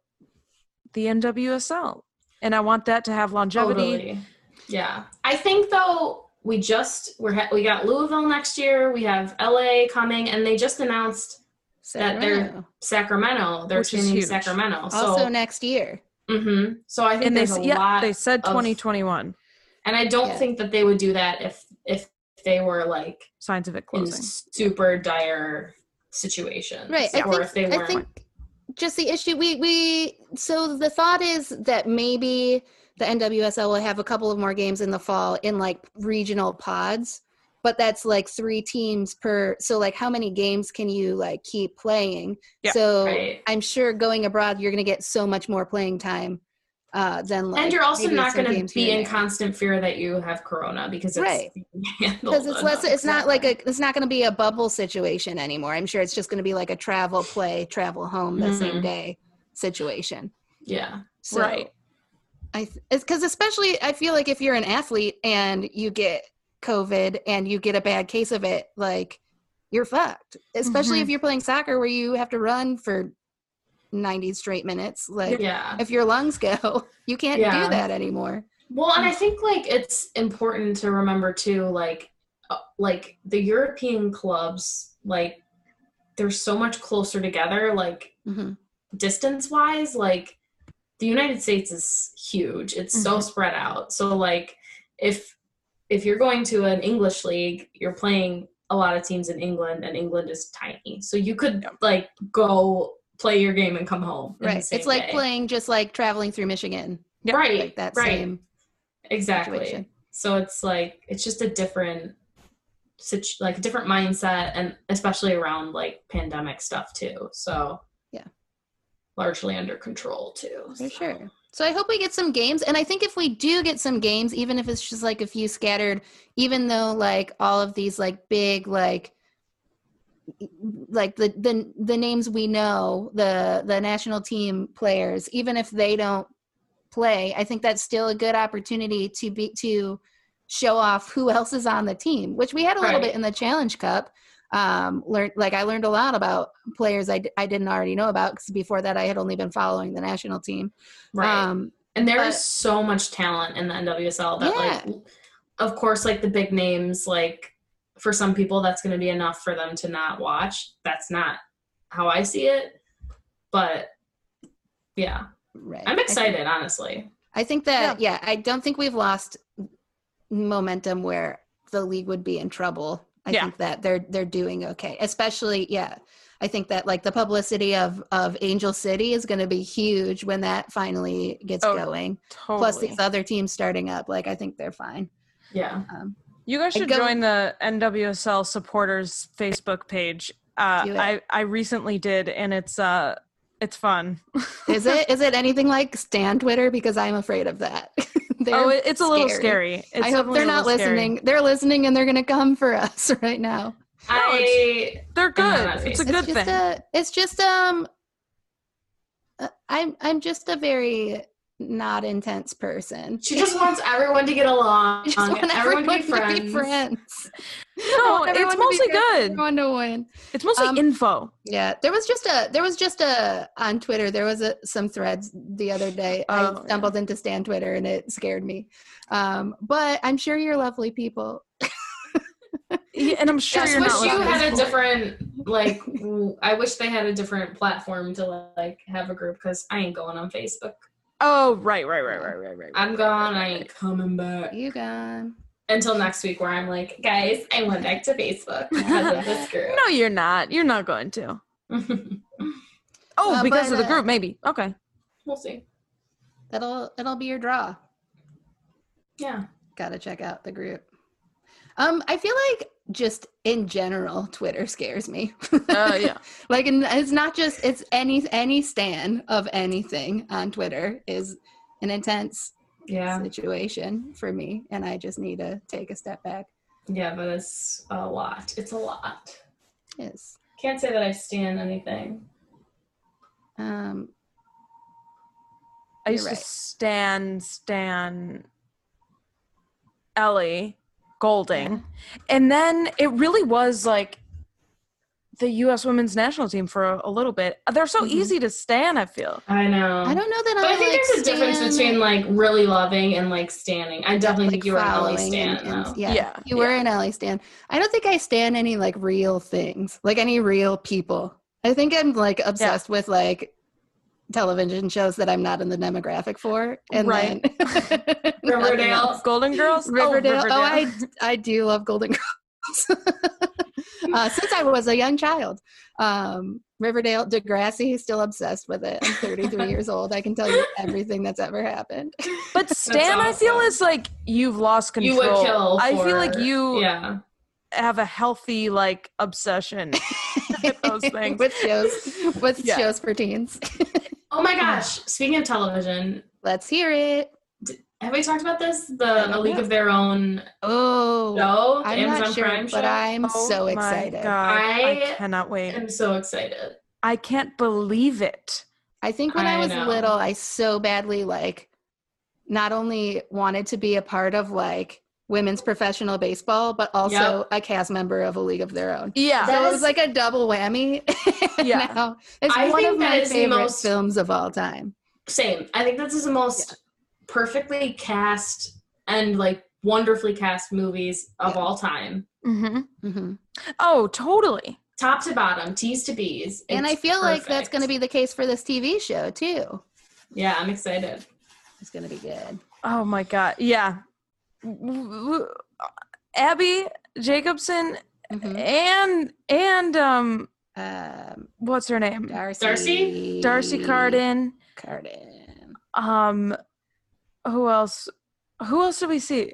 C: the NWSL, and I want that to have longevity.
D: Totally. Yeah. I think though we just we're ha- we got Louisville next year. We have LA coming, and they just announced That they're-
B: Sacramento.
D: Sacramento. They're
C: Which is
D: changing
C: huge.
D: Sacramento.
B: Also
D: so
B: next year.
D: hmm so I think
C: And they
D: there's
C: s-
D: a
C: yeah,
D: lot,
C: they said
D: of-
C: 2021
D: and I don't
B: Yeah.
D: think that they would do that if if they were like
C: signs of it
D: in
C: closing.
D: super dire situations,
B: Right. I think,
D: Or if they
B: I
D: weren't.
B: think just the issue we we so the thought is that maybe the NWSL will have a couple of more games in the fall in like regional pods, but that's like three teams per so like how many games can you like keep playing?
C: Yeah,
B: so
D: right.
B: I'm sure going abroad you're gonna get so much more playing time uh than like
D: and you're also
B: maybe
D: not
B: some
D: going
B: games
D: to be
B: here
D: in
B: and there.
D: constant fear that you have corona because it's
B: Right.
D: because
B: because
D: uh,
B: it's less it's not like a it's not going to be a bubble situation anymore i'm sure it's just going to be like a travel play travel home the same
D: Mhm.
B: day situation
D: yeah
B: so
C: Right.
B: i th- it's because especially i feel like if you're an athlete and you get covid and you get a bad case of it like you're fucked especially
D: Mm-hmm.
B: if you're playing soccer where you have to run for 90 straight minutes like
D: yeah
B: if your lungs go you can't
D: Yeah.
B: do that anymore
D: Well,
B: Mm.
D: and I think like it's important to remember too, like uh, like the European clubs, like they're so much closer together, like
B: Mhm.
D: distance wise. Like the United States is huge; it's so
B: Mm-hmm.
D: spread out. So like if if you're going to an English league, you're playing a lot of teams in England, and England is tiny. So you could like go play your game and come home. in the
B: right
D: same
B: it's like
D: day.
B: playing just like traveling through michigan
C: Yeah,
D: right,
B: like that
D: right,
B: same
D: exactly.
B: situation.
D: So it's like it's just a different situ- like a different mindset and especially around like pandemic stuff too. So
B: Yeah.
D: Largely under control too.
B: For
D: so.
B: sure. So I hope we get some games. And I think if we do get some games, even if it's just like a few scattered, even though like all of these like big like e, like the the the names we know, the the national team players, even if they don't play, I think that's still a good opportunity to be to show off who else is on the team, which we had a little
D: Right.
B: bit in the Challenge Cup. Um, learned like I learned a lot about players I, d- I didn't already know about because before that I had only been following the national team.
D: Right.
B: Um,
D: and there is
B: but-
D: so much talent in the NWSL that like of course like the big names like for some people that's going to be enough for them to not watch. That's not how I see it. But yeah,
B: right.
D: I'm
B: I think-
D: excited honestly.
B: I think that yeah. I don't think we've lost momentum where the league would be in trouble. I
C: Yeah.
B: think that they're they're doing okay. Especially yeah. I think that like the publicity of of Angel City is going to be huge when that finally gets
C: Oh,
B: going.
C: totally.
B: Plus these other teams starting up. Like I think they're fine.
D: Yeah.
B: Um,
C: You guys
B: And
C: should
B: go-
C: join the NWSL supporters Facebook page. Uh,
B: Do it.
C: I I recently did, and it's uh it's fun.
B: is it is it anything like Stan Twitter? Because I'm afraid of that. They're-
C: oh, it, it's a little
B: scary.
C: scary. It's
B: I hope
C: definitely
B: they're
C: a
B: not
C: little scary.
B: listening. They're listening and they're going to come for us right now.
D: I
C: They're
D: I'm not
C: good.
D: on
C: It's a
B: it's
C: good
B: just
C: thing.
B: a it's just um uh, I'm I'm just a very not intense person.
D: She just wants everyone to get along.
B: I just want
D: everyone,
B: everyone
D: to be friends.
B: friends. I
C: No,
B: want
C: it's
B: everyone to be
C: mostly
B: friends,
C: good.
B: Everyone to win.
C: It's mostly
B: Um,
A: Info.
B: Yeah, there was just a there was just a on Twitter there was a, some threads the other day.
C: Oh, yeah.
B: I stumbled into Stan Twitter and it scared me. Um, but I'm sure you're lovely people.
A: Yeah, and I'm sure
D: Just
A: you're
D: wish
A: not.
D: you
A: listening.
D: had a different like. w- I wish they had a different platform to like have a group because I ain't going on Facebook.
A: Oh, right, right, right, right, right, right.
D: I'm
A: right,
D: gone. I
A: right,
D: ain't coming back
B: You gone?
D: until next week, where I'm like, guys, I went back to Facebook because of this
A: right.
D: group.
A: No, you're not. You're not going to. Oh,
B: Uh,
A: because
B: but,
A: of the
B: uh,
A: group, maybe. Okay.
D: we'll see.
B: That'll that'll be your draw.
D: Yeah.
B: Gotta check out the group. Um, I feel like just in general, Twitter scares me.
D: Oh,
A: Uh, yeah.
B: like and it's not just it's any any stan of anything on twitter is an intense
D: Yeah.
B: situation for me and i just need to take a step back
D: Yeah, but it's a lot. It's a lot.
B: yes
D: Can't say that I stand anything.
B: um
C: I
B: You're
C: used
B: right.
C: to stand Stan Ellie Golding. And then it really was like the US women's national team for a, a little bit. They're so
B: Mhm.
C: easy to stand, I feel.
D: I know.
B: i don't know that
D: Um, But
B: i
D: I think
B: like,
D: there's a difference
B: stan-
D: between like really loving and like standing. I definitely
B: like
D: think you were an Ellie
B: following
D: Stan
B: and-
D: though.
B: and- yeah,
A: Yeah,
B: you were
A: yeah.
B: an Ellie Stan. I don't think I stand any like real things, like any real people. I think I'm like obsessed with like television shows that I'm not in the demographic for. And
A: Right.
B: then nothing else.
D: Riverdale.
A: Golden Girls? Oh,
B: Riverdale. Oh,
A: Riverdale.
B: I I do love Golden Girls. uh, since I was a young child, um, Riverdale, Degrassi, still obsessed with it. I'm 33 years old. I can tell you everything that's ever happened.
A: But Stan, I feel
D: awesome.
A: is like you've lost control.
D: You would kill.
A: I feel like
D: for-
A: you
D: Yeah.
A: have a healthy like obsession. Those things.
B: with shows, with
A: Yeah.
B: shows for teens.
D: Oh my gosh. Speaking of television,
B: Let's hear it.
D: have we talked about this?
B: I
D: The
B: don't
D: A League
B: know.
D: of Their Own
B: Oh,
D: show, the
B: I'm
D: Amazon
B: not sure,
D: Prime show.
B: but I'm
A: Oh
B: so
A: my
B: excited.
A: God, I
D: I
A: cannot wait.
D: I'm so excited.
A: I can't believe it.
B: I think when I,
D: I
B: was
D: know.
B: little, I so badly like not only wanted to be a part of like women's professional baseball, but also a cast member of a league of their own.
A: Yeah.
D: That
B: so it
D: is-
B: was like a double whammy. And
A: Yeah.
B: now it's
D: I
B: one
D: think
B: of
D: that
B: my
D: is the
B: favorite
D: most-
B: films of all time.
D: Same. I think this is the most perfectly cast and like wonderfully cast movies of
B: Yeah.
D: all time.
A: Mm-hmm.
B: hmm
A: Oh, totally.
D: Top to bottom, T's to B's.
B: And I
D: It's
B: feel like that's
D: perfect.
B: going to be the case for this TV show too.
D: Yeah, I'm excited.
B: It's going to be good.
A: Oh my god. Yeah. W- w- Abby Jacobson
C: Mm-hmm.
B: Mhm.
A: and and um
B: Um,
A: what's her name?
B: Darcy.
D: Darcy?
A: Darcy Carden.
B: Carden.
A: Um who else? Who else did we see?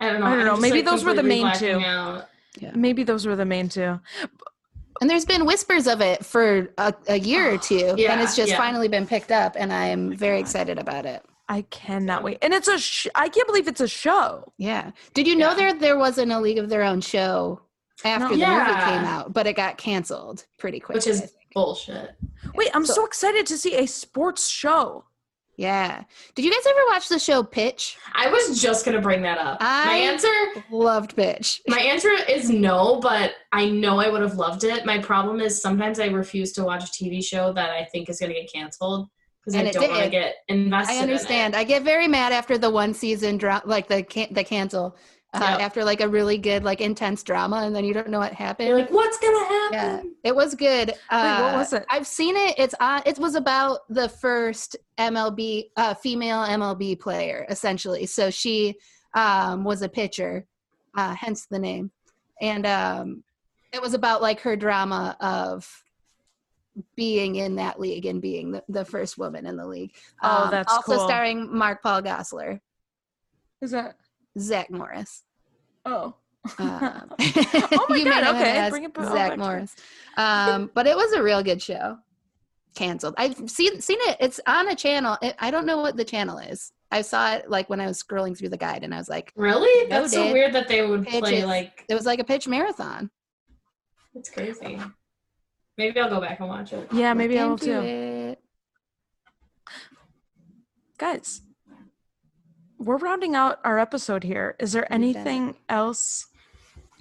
D: I don't know.
A: I don't
D: I'm
A: know.
D: just,
A: Maybe
D: like,
A: those were the
D: completely
A: main two.
D: blacking out.
A: Maybe those were the main two.
B: And there's been whispers of it for a, a year or two, and
D: Yeah,
B: it's just
D: yeah.
B: finally been picked up, and I'm very
A: God.
B: excited about it.
A: I cannot wait. And it's a sh- I can't believe it's a show.
B: Yeah. Did you know
D: Yeah.
B: there there wasn't a League of Their Own show after
A: No.
B: the movie
D: Yeah.
B: came out, but it got canceled pretty quick.
D: Which is-
B: I think.
D: Bullshit.
A: Wait, I'm
B: So-
A: so excited to see a sports show.
B: yeah. Did you guys ever watch the show Pitch?
D: I was just gonna bring that up. my
B: I-
D: answer,
B: Loved Pitch.
D: my answer is no, but I know I would have loved it. My problem is sometimes I refuse to watch a TV show that I think is gonna get canceled because I
B: And it
D: don't want to
B: did.
D: get invested.
B: I
D: in it.
B: understand. I get very mad after the one season drop, like the can- the cancel, uh,
D: Yep.
B: after like a really good like intense drama, and then you don't know what happened.
D: You're like, what's gonna
B: Yeah,
D: happen?
B: it was good. Uh,
A: what was it?
B: I've seen it. It's on. It was about the first MLB uh, female MLB player, essentially. So she um, was a pitcher, uh, hence the name. And um, it was about like her drama of being in that league and being the, the first woman in the league. Um,
A: Oh, that's
B: also
A: cool.
B: starring Mark Paul Gosselaar,
A: Is that
B: Zach Morris.
A: Oh.
B: Um,
A: Oh my
B: you may
A: God,
B: know him
A: okay,
B: as
A: bring it back- oh, back
B: Zach
A: to-
B: Morris. Um, but it was a real good show. Canceled. I've seen seen it. It's on a channel. It, I don't know what the channel is. I saw it like when I was scrolling through the guide, and I was like,
D: Really?
B: No,
D: That's so
B: dude.
D: weird that they would play
B: Pitches.
D: like
B: it was like a pitch marathon.
D: it's crazy. Maybe I'll go back and watch it.
A: Yeah, maybe I
B: Look
A: will
B: into
A: too.
B: it.
C: guys, we're rounding out our episode here. Is there
B: We've done it.
C: anything else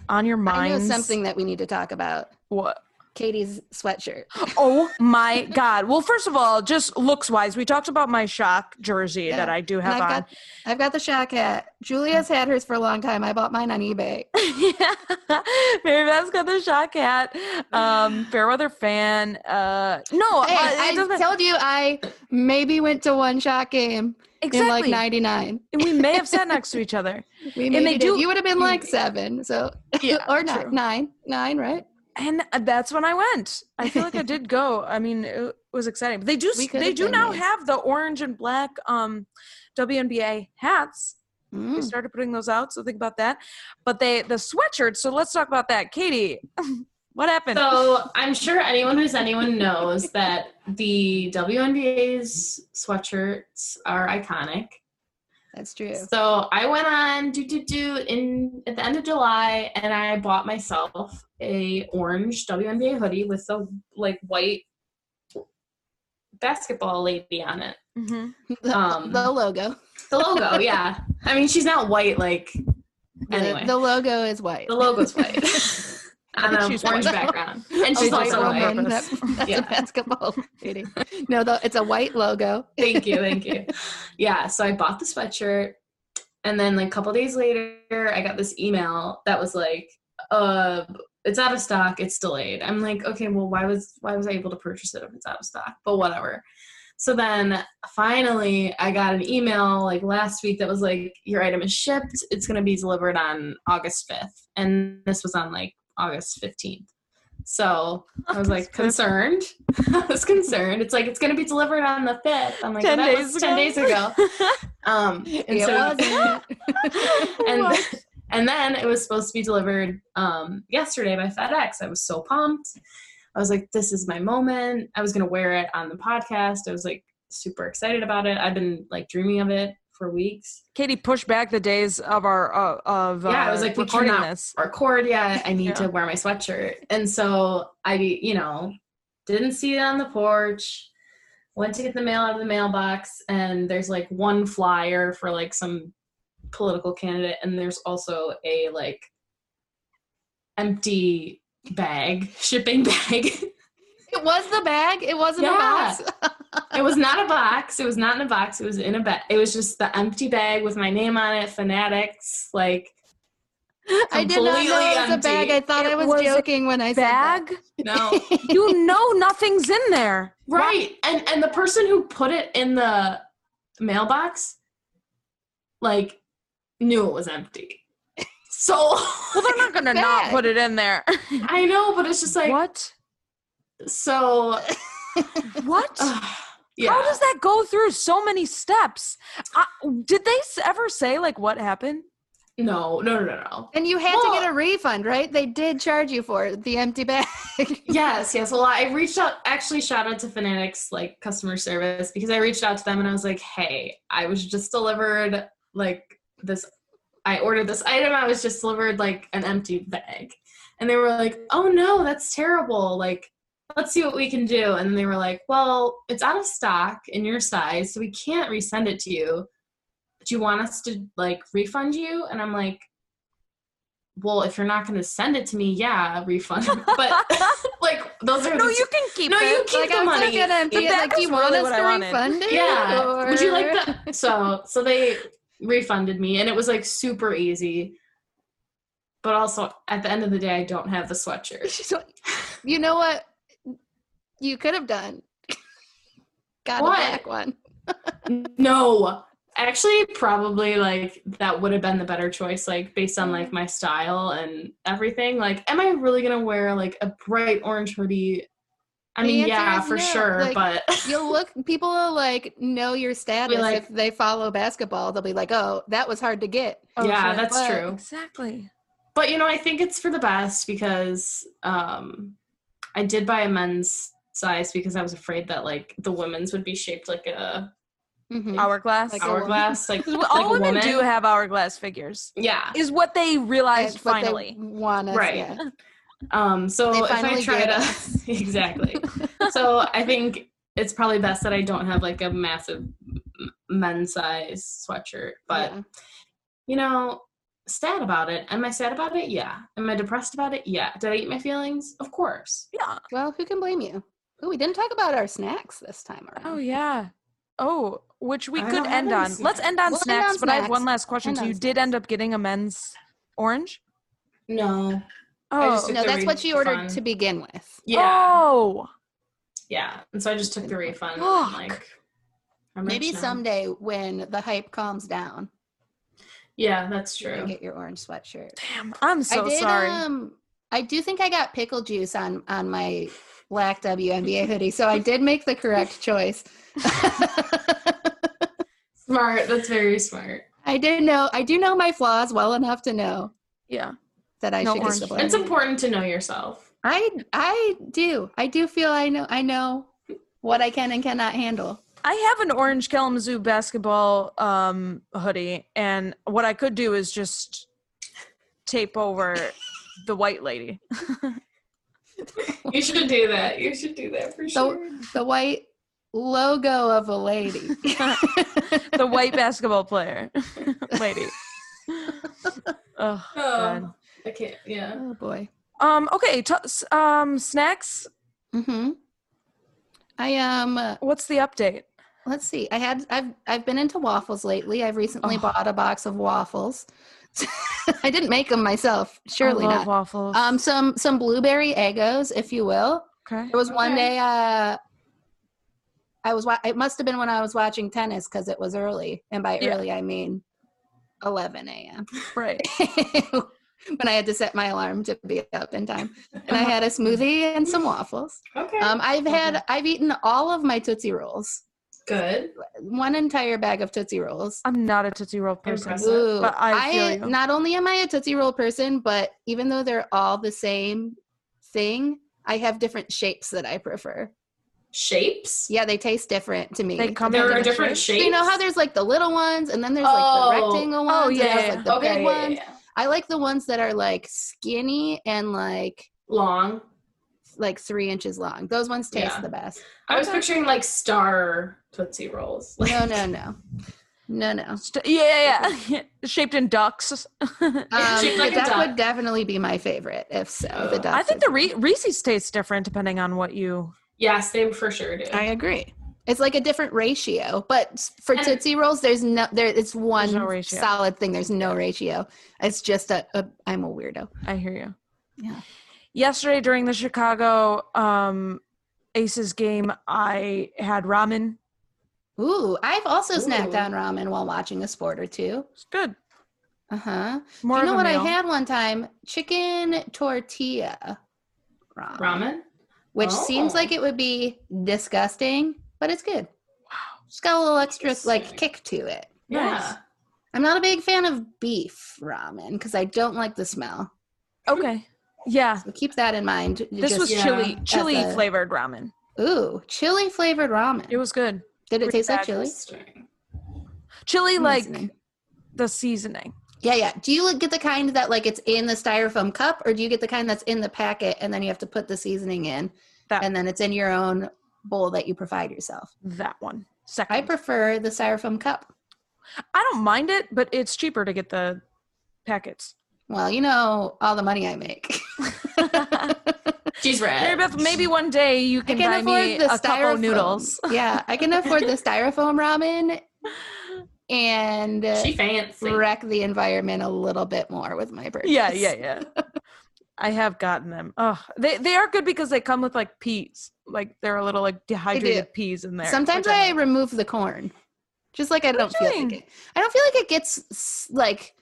C: on your
B: I
C: mind?
B: know something that we need to talk about.
C: What?
B: Katie's sweatshirt.
C: Oh my God. Well, first of all, just looks wise, we talked about my shock jersey
B: Yeah.
C: that I do
B: And
C: have
B: I've
C: on.
B: got, I've got the shock hat. Julia's had hers for a long time. I bought mine on eBay.
C: yeah, Mary Beth's got the shock hat. Um, Fairweather fan. Uh, no,
B: Hey,
C: uh, it
B: I
C: doesn't-
B: told you I maybe went to one shot game in like
C: exactly.
B: '99.
C: and we may have sat next to each other.
B: We
C: they
B: maybe did.
C: do-
B: You would have been like seven, so uh, or not
C: true.
B: nine, nine, right?
C: and uh, that's when I went. I feel like I did go. I mean, it was exciting. But they do.
B: We
C: s-
B: could
C: They
B: have
C: do
B: been
C: now
B: there.
C: have the orange and black um, WNBA hats. They
B: Mm.
C: started putting those out, so think about that. But they the sweatshirts. So let's talk about that, Katie. what happened?
D: So I'm sure anyone who's anyone knows that the WNBA's sweatshirts are iconic.
B: That's true.
D: So I went on do do do in at the end of July, and I bought myself a orange WNBA hoodie with the like white basketball lady on it.
C: Mhm.
B: The,
D: um,
B: the logo.
D: The logo, yeah. I mean, she's not white like
B: The-
D: anyway.
B: the, logo is white.
D: The logo's white on
C: think
D: an
C: she's
D: orange
C: white.
D: background, and
B: A
D: she's
B: Oh, white
D: also white.
B: woman. That- that's
D: Yeah.
B: a basketball lady. No, the, it's a white logo.
D: thank you, thank you. Yeah, so I bought the sweatshirt, and then like a couple days later, I got this email that was like, "Uh, it's out of stock. It's delayed." I'm like, "Okay, well, why was why was I able to purchase it if it's out of stock?" But whatever. So then finally, I got an email like last week that was like, "Your item is shipped. It's going to be delivered on August 5th," and this was on like August 15th. So I was like concerned. I was concerned. It's like it's gonna be delivered on the fifth. I'm like,
C: Ten
D: that
C: days
D: was ten
C: ago.
D: days ago. Um, and
B: It
D: so,
B: wasn't.
D: and and then it was supposed to be delivered um, yesterday by FedEx. I was so pumped. I was like, this is my moment. I was gonna wear it on the podcast. I was like super excited about it. I've been like dreaming of it for weeks.
C: Katie pushed back the days of our uh, of
D: Yeah, I
C: uh,
D: was like, we
C: recording
D: cannot-
C: this.
D: record yet. I need
C: Yeah.
D: to wear my sweatshirt. And so I, you know, didn't see it on the porch. Went to get the mail out of the mailbox, and there's like one flyer for like some political candidate, and there's also a like empty bag, shipping bag.
B: It was the bag. It wasn't
D: Yeah.
B: a box.
D: it was not a box. It was not in a box. It was in a bag. It was just the empty bag with my name on it, fanatics, like
B: I did not know
D: completely
B: it was a
D: empty.
B: bag. I thought
C: It
B: I was,
C: was a
B: joking when I
C: Bag.
D: no.
B: said that.
C: you know nothing's in there.
D: Right. And and the person who put it in the mailbox like knew it was empty. So
C: Well, they're not gonna not
B: Bag.
C: put it in there.
D: I know, but it's just like
C: what?
D: so
C: What?
D: ugh, yeah.
C: How does that go through so many steps? I, did they s- ever say like what happened?
D: no, no, no, no, no.
B: and you had to get
D: Well-
B: a refund, right? They did charge you for it, the empty bag.
D: Yes, yes. Well, I reached out actually shout out to Fanatics like customer service because I reached out to them and I was like, "Hey, I was just delivered like this I ordered this item, I was just delivered like an empty bag." And they were like, "Oh no, that's terrible. Like, let's see what we can do." And then they were like, "Well, it's out of stock in your size, so we can't resend it to you. Do you want us to like refund you?" And I'm like, "Well, if you're not going to send it to me, yeah, refund." But like those are
C: no,
D: the
C: you can keep
D: No,
C: it.
D: you keep
B: like
D: the
B: I was
D: money.
B: looking at empty.
C: The bag
B: Like, do you
C: is
B: want
C: really
B: us
C: what
B: to
C: I wanted.
B: refund it?
D: yeah. Would you like
B: or-
D: that? So so they refunded me and it was like super easy. But also at the end of the day I don't have the sweatshirt.
B: So, you know what? You could have done. Got
D: What?
B: a black one.
D: no. Actually probably like that would have been the better choice, like based on like my style and everything. Like, am I really gonna wear like a bright orange hoodie? I
B: The
D: mean,
B: answer
D: yeah,
B: is
D: for
B: no.
D: sure,
B: Like,
D: but
B: You'll look. People will like know your status
D: like-
B: if they follow basketball. They'll be like, "Oh, that was hard to get."
D: yeah,
B: shit,
D: that's
B: what?
D: true.
C: Exactly.
D: but you know i think it's for the best because um i did buy a men's size because i was afraid that like the women's would be shaped like a
B: Mhm.
C: Hourglass.
B: Like a woman.
D: hourglass like,
C: 'Cause
D: like
C: All
D: a
C: women
D: woman.
C: do have hourglass figures,
D: yeah
C: is what they
B: That's
C: realized
B: what they
C: finally.
B: want us,
D: Right.
B: yeah.
D: um so
B: They
D: if i
B: finally
D: try
B: get
D: to exactly so i think it's probably best that i don't have like a massive m- men's size sweatshirt. But you know, sad about it. Am I sad about it? Yeah. Am I depressed about it? Yeah. Did I eat my feelings? Of course.
C: Yeah.
B: Well, who can blame you? Oh, we didn't talk about our snacks this time around.
C: Oh yeah. Oh, which we
D: I
C: could
D: don't have
C: end
D: any
C: on. Let's
D: snacks.
C: end on
B: We'll end
C: snacks,
B: on
C: but I have one
B: snacks.
C: last question.
B: End
C: So
B: on
C: you did end up getting a men's orange?
D: No. I
C: Oh.
D: just took
B: No,
D: the
B: that's what she ordered
D: refund.
B: to begin with.
D: Yeah.
C: Oh.
D: Yeah. And so I just took the refund. and,
C: Fuck.
D: like I'm rich
B: Maybe
D: now.
B: someday when the hype calms down,
D: Yeah, that's
B: you can
D: true.
B: get your orange sweatshirt.
C: Damn. I'm so
B: I did,
C: sorry.
B: Um, I do think I got pickle juice on on my black WNBA hoodie, so I did make the correct choice.
D: Smart. That's very smart.
B: I did know. I do know my flaws well enough to know
C: yeah.
B: that I
C: No
B: should
C: orange
B: get the
C: juice.
B: black.
D: It's important to know yourself.
B: I I do. I do feel I know. I know what I can and cannot handle.
C: I have an orange Kalamazoo basketball um, hoodie, and what I could do is just tape over the white lady.
D: You should do that. You should do that for
B: So-
D: sure.
B: The white logo of a lady.
C: the white basketball player lady. oh,
D: Oh, I can't. Yeah.
B: oh boy.
C: Um. Okay. T- s- um. Snacks.
B: Mm-hmm. I um. uh,
C: What's the update?
B: Let's see. I had I've I've been into waffles lately. I've recently
C: Oh.
B: bought a box of waffles. I didn't make them myself. Surely
C: I
B: not.
C: love waffles.
B: Um, some some blueberry egos, if you will.
C: okay.
B: There was one
D: Okay.
B: day uh, I was wa- it must have been when I was watching tennis because it was early, and by
C: Yeah.
B: early I mean eleven a.m.
C: Right.
B: when I had to set my alarm to be up in time, and
C: Uh-huh.
B: I had a smoothie and some waffles.
D: Okay.
B: Um, I've had I've eaten all of my tootsie rolls,
D: Good.
B: one entire bag of tootsie rolls.
C: I'm not a tootsie roll person.
D: Impressive.
B: Ooh,
C: But I feel
B: I,
C: you.
B: not only am I a Tootsie Roll person, but even though they're all the same thing, I have different shapes that I prefer.
D: Shapes.
B: Yeah, they taste different to me.
C: They come
D: There
C: in
D: are different
C: different shapes.
D: shapes.
B: So you know how there's like the little ones, and then there's like the
D: Oh.
B: rectangle ones,
C: Oh,
B: and
C: yeah,
B: there's
C: yeah,
B: like the
D: okay.
B: big
D: yeah, yeah,
B: ones.
D: yeah.
B: I like the ones that are like skinny and like
D: Long.
B: like three inches long. Those ones taste
D: Yeah.
B: the best.
D: I was picturing like star Tootsie Rolls. Like,
B: No, no, no, no, no.
C: St- yeah, yeah, yeah. Shaped in ducks.
B: Um,
D: shaped like
B: the
D: a
B: duck,
D: duck.
B: would definitely be my favorite. If so, the
D: Uh,
B: duck.
C: I think
B: is-
C: the Re- Reese's tastes different depending on what you.
D: Yes, they for sure do.
B: I agree. It's like a different ratio, but s- for
D: And-
B: Tootsie Rolls, there's no there. It's one
C: no ratio.
B: solid thing. There's no ratio. It's just a. a I'm a weirdo.
C: I hear you.
B: Yeah.
C: Yesterday during the Chicago um, Aces game, I had ramen.
B: Ooh, I've also snacked on
D: Ooh.
B: ramen while watching a sport or two.
C: It's good.
B: Uh huh.
C: More
B: You know
C: of a
B: what
C: meal.
B: I had one time? Chicken tortilla ramen,
D: Ramen.
B: which seems
D: Oh.
B: like it would be disgusting, but it's good.
C: Wow.
B: It's got a little extra like
D: Interesting.
B: kick to it.
D: Yeah.
B: I'm not a big fan of beef ramen because I don't like the smell.
C: Okay. Yeah.
B: So keep that in mind.
C: This
B: Just-
C: was
D: Yeah.
C: chili, chili
B: That's a-
C: flavored ramen.
B: Ooh, chili flavored ramen.
C: It was good.
B: Did it
C: pretty
B: taste like chili?
D: Interesting.
C: Chili
B: I'm
C: like
B: listening.
C: the seasoning.
B: Yeah, yeah. Do you like, get the kind that like it's in the styrofoam cup, or do you get the kind that's in the packet and then you have to put the seasoning in,
C: That-
B: and then it's in your own bowl that you provide yourself?
C: That one. Second.
B: I
C: I,
B: prefer the styrofoam cup.
C: don't mind it, but it's cheaper to get the packets.
B: Well, you know all the money I make.
D: She's
C: Mary
D: red.
C: Beth, maybe one day you
B: I
C: can,
B: can
C: buy me a
B: afford the
C: couple
B: styrofoam
C: noodles.
B: yeah, I can afford the styrofoam ramen and uh,
D: She fancy.
B: wreck the environment a little bit more with my purchase.
C: Yeah, yeah, yeah. I have gotten them. Oh, they they are good because they come with like peas. Like they're a little like dehydrated peas in there.
B: Sometimes
C: which
B: I
C: like.
B: remove the corn, just like I
C: What are
B: don't
C: you
B: feel like
C: doing?
B: it. I don't feel like it gets s- like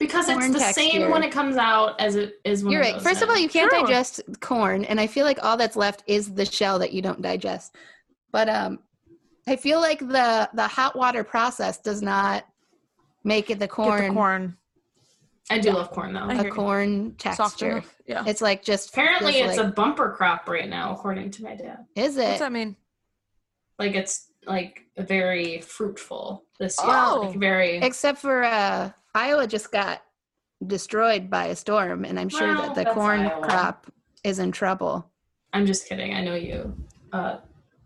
D: Because it's
B: Corn
D: the
B: texture.
D: same when it comes out as it is when
B: you're
D: it
B: right.
D: goes
B: First of
D: in.
B: all, you can't
C: Sure.
B: digest corn, and I feel like all that's left is the shell that you don't digest. But um, I feel like the the hot water process does not make it the
C: Get
B: corn,
C: the corn
D: I do love corn though.
C: I-
B: a
C: hear you.
B: corn
C: soft
B: texture.
C: enough. Yeah.
B: It's like just
D: Apparently, it's a bumper crop right now, according to my dad.
B: a is
C: What's
B: it?
C: that mean?
D: Like it's like very fruitful this year.
C: Oh.
D: Like very.
B: Except for uh, Iowa just got destroyed by a storm, and I'm sure
D: Well,
B: that the
D: that's
B: corn
D: Iowa.
B: crop is in trouble.
D: I'm just kidding. I know you uh,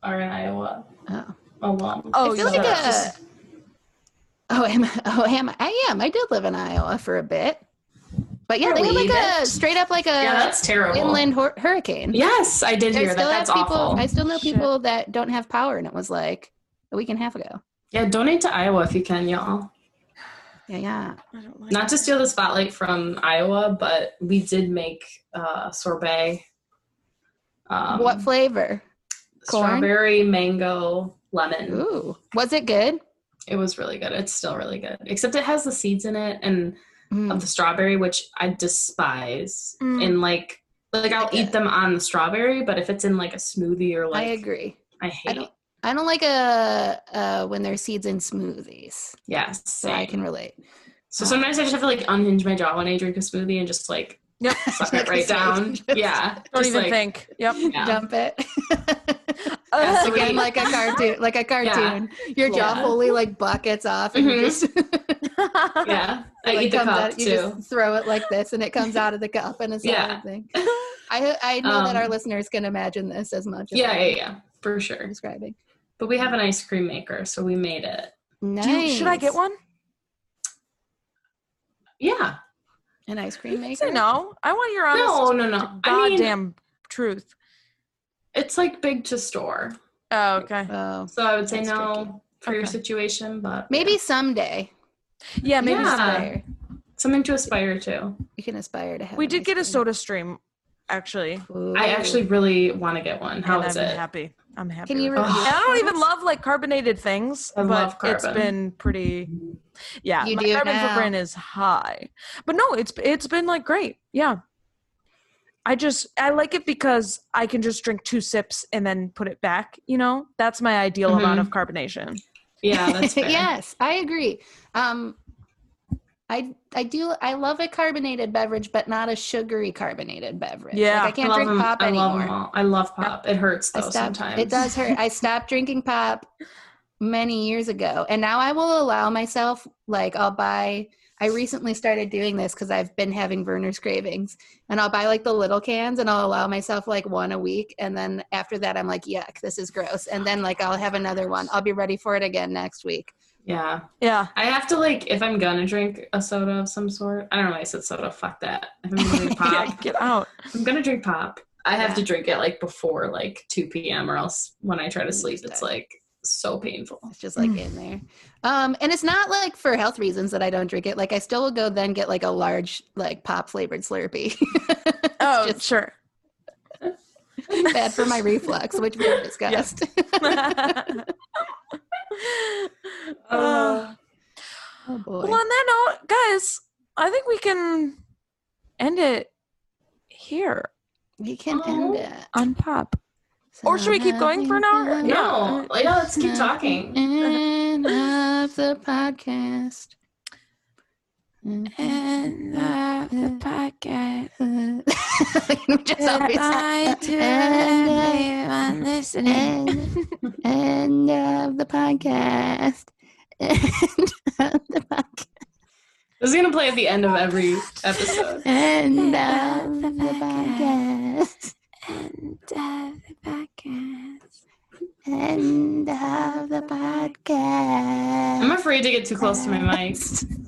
D: are in Iowa.
B: Oh.
D: alone.
C: Oh,
B: I feel
C: yeah.
B: like
D: yeah.
B: a. Oh, am I- oh, am I- I am. I did live in Iowa for a bit, but yeah, they have
D: Really?
B: like a
D: That's-
B: straight up like a
D: Yeah, that's terrible.
B: inland hor- hurricane.
D: Yes, I did
B: I
D: hear that.
B: still have
D: That's
B: people.
D: awful.
B: I still know
C: Shit.
B: people that don't have power, and it was like a week and a half ago.
D: yeah, donate to Iowa if you can, y'all.
B: Yeah, yeah.
C: I don't like
D: Not to steal the spotlight from Iowa, but we did make uh, sorbet. Um,
B: what flavor? corn?
D: Strawberry, mango, lemon.
B: Ooh, was it good?
D: It was really good. It's still really good, except it has the seeds in it and
B: Mm.
D: of the strawberry, which I despise.
C: Mm.
D: And like, like I'll
B: Yeah.
D: eat them on the strawberry, but if it's in like a smoothie or like,
B: I agree.
D: I
B: I
D: hate.
B: don't. I don't like uh uh when there's seeds in smoothies,
D: yes,
B: so I can relate.
D: So sometimes I just have to like unhinge my jaw when I drink a smoothie and just like
C: Yep.
D: suck
B: Like
D: it
B: a
D: right
B: snake.
D: down.
B: Just-
D: yeah.
C: Don't
D: just,
C: even
D: like,
C: think. Yep.
D: Yeah.
B: Dump it.
D: That's the
B: Again,
D: way-
B: like a cartoon, like a cartoon. Your jaw
D: Yeah.
B: fully like buckets off, and you
D: Mhm.
B: just
C: Mm-hmm.
D: Yeah. I
B: like,
D: eat the
B: comes
D: cup
B: out,
D: too.
B: you just throw it like this, and it comes out of the cup, and it's yeah.
D: Yeah.
B: thing. I I know that our
D: Um,
B: listeners can imagine this as much. as
D: yeah,
B: I
D: yeah,
B: am
D: yeah. For sure.
B: Describing.
D: But we have an ice cream maker, so we made it.
B: Nice.
C: Do you- should I get one?
D: Yeah.
B: An ice cream
C: You can say
B: maker?
C: no. I want your honest
D: No, no, no. I mean,
C: goddamn truth.
D: it's like big to store.
C: Oh, okay.
B: Oh,
D: So I would say
B: That's
D: no
B: tricky.
D: for your
C: Okay.
D: situation, but
B: maybe someday.
C: Yeah,
B: you can
C: maybe
D: Yeah.
B: aspire.
D: something to aspire to.
B: You can aspire to have.
C: we
B: an
C: did
B: ice
C: get a
B: cream.
C: soda stream, actually.
D: I
B: Ooh.
D: actually really want to get one. How
C: and
D: is
C: I'm
D: it?
C: happy. I'm happy.
B: Can you
C: with it.
B: review
D: Ugh.
C: And I don't
B: for
C: even
B: us?
C: love like carbonated things,
D: I
C: but
D: love
C: it's
D: carbon.
C: been pretty. Yeah,
B: You
C: my
B: do
C: carbon
B: now.
C: footprint is high, but no, it's it's been like great. Yeah, I just I like it because I can just drink two sips and then put it back. You know, that's my ideal amount
B: Mm-hmm.
D: Mhm.
C: of carbonation.
D: Yeah, that's fair.
B: yes, I agree. Um, I I do I love a carbonated beverage, but not a sugary carbonated beverage.
C: Yeah,
B: like, I
D: I
B: can't
D: love
B: drink
D: 'em.
B: pop
D: I love 'em
B: anymore.
D: all. I love pop. It hurts
B: I
D: though
B: stopped.
D: sometimes.
B: It does hurt. I stopped drinking pop many years ago, and now I will allow myself like I'll buy. I recently started doing this because I've been having Werner's cravings, and I'll buy like the little cans, and I'll allow myself like one a week, and then after that, I'm like, yuck, this is gross, and then like I'll have another one. I'll be ready for it again next week.
D: Yeah.
C: Yeah,
D: I have to like if I'm gonna drink a soda of some sort. I don't know. why I said soda. Fuck that. If I'm gonna drink
C: yeah,
D: pop,
C: get out.
D: I'm gonna drink pop. I have
B: Yeah.
D: to drink it like before like 2 p.m. or else when I try to sleep, Mm, it's
B: Understood.
D: like so painful.
B: It's just like
C: Mm.
B: in there. Um, and it's not like for health reasons that I don't drink it. Like I still will go then get like a large like pop flavored Slurpee. It's
C: Oh,
B: just
C: sure.
B: bad for my reflux, which we discussed.
C: Uh,
B: oh boy.
C: Well, on that note, guys, I think we can end it here
B: you can
D: Oh.
B: end it.
C: on pop. Or should we keep going for an hour? Yeah.
D: No, like, no, uh, let's keep talking.
B: End of the podcast.
C: And the podcast.
B: we just always end it.
C: everyone listening.
B: end, end of the podcast. End of the podcast.
D: This is gonna play at the end of every episode.
B: End of the podcast.
C: And the podcast.
B: End of the podcast.
D: I'm afraid to get too close to my mic.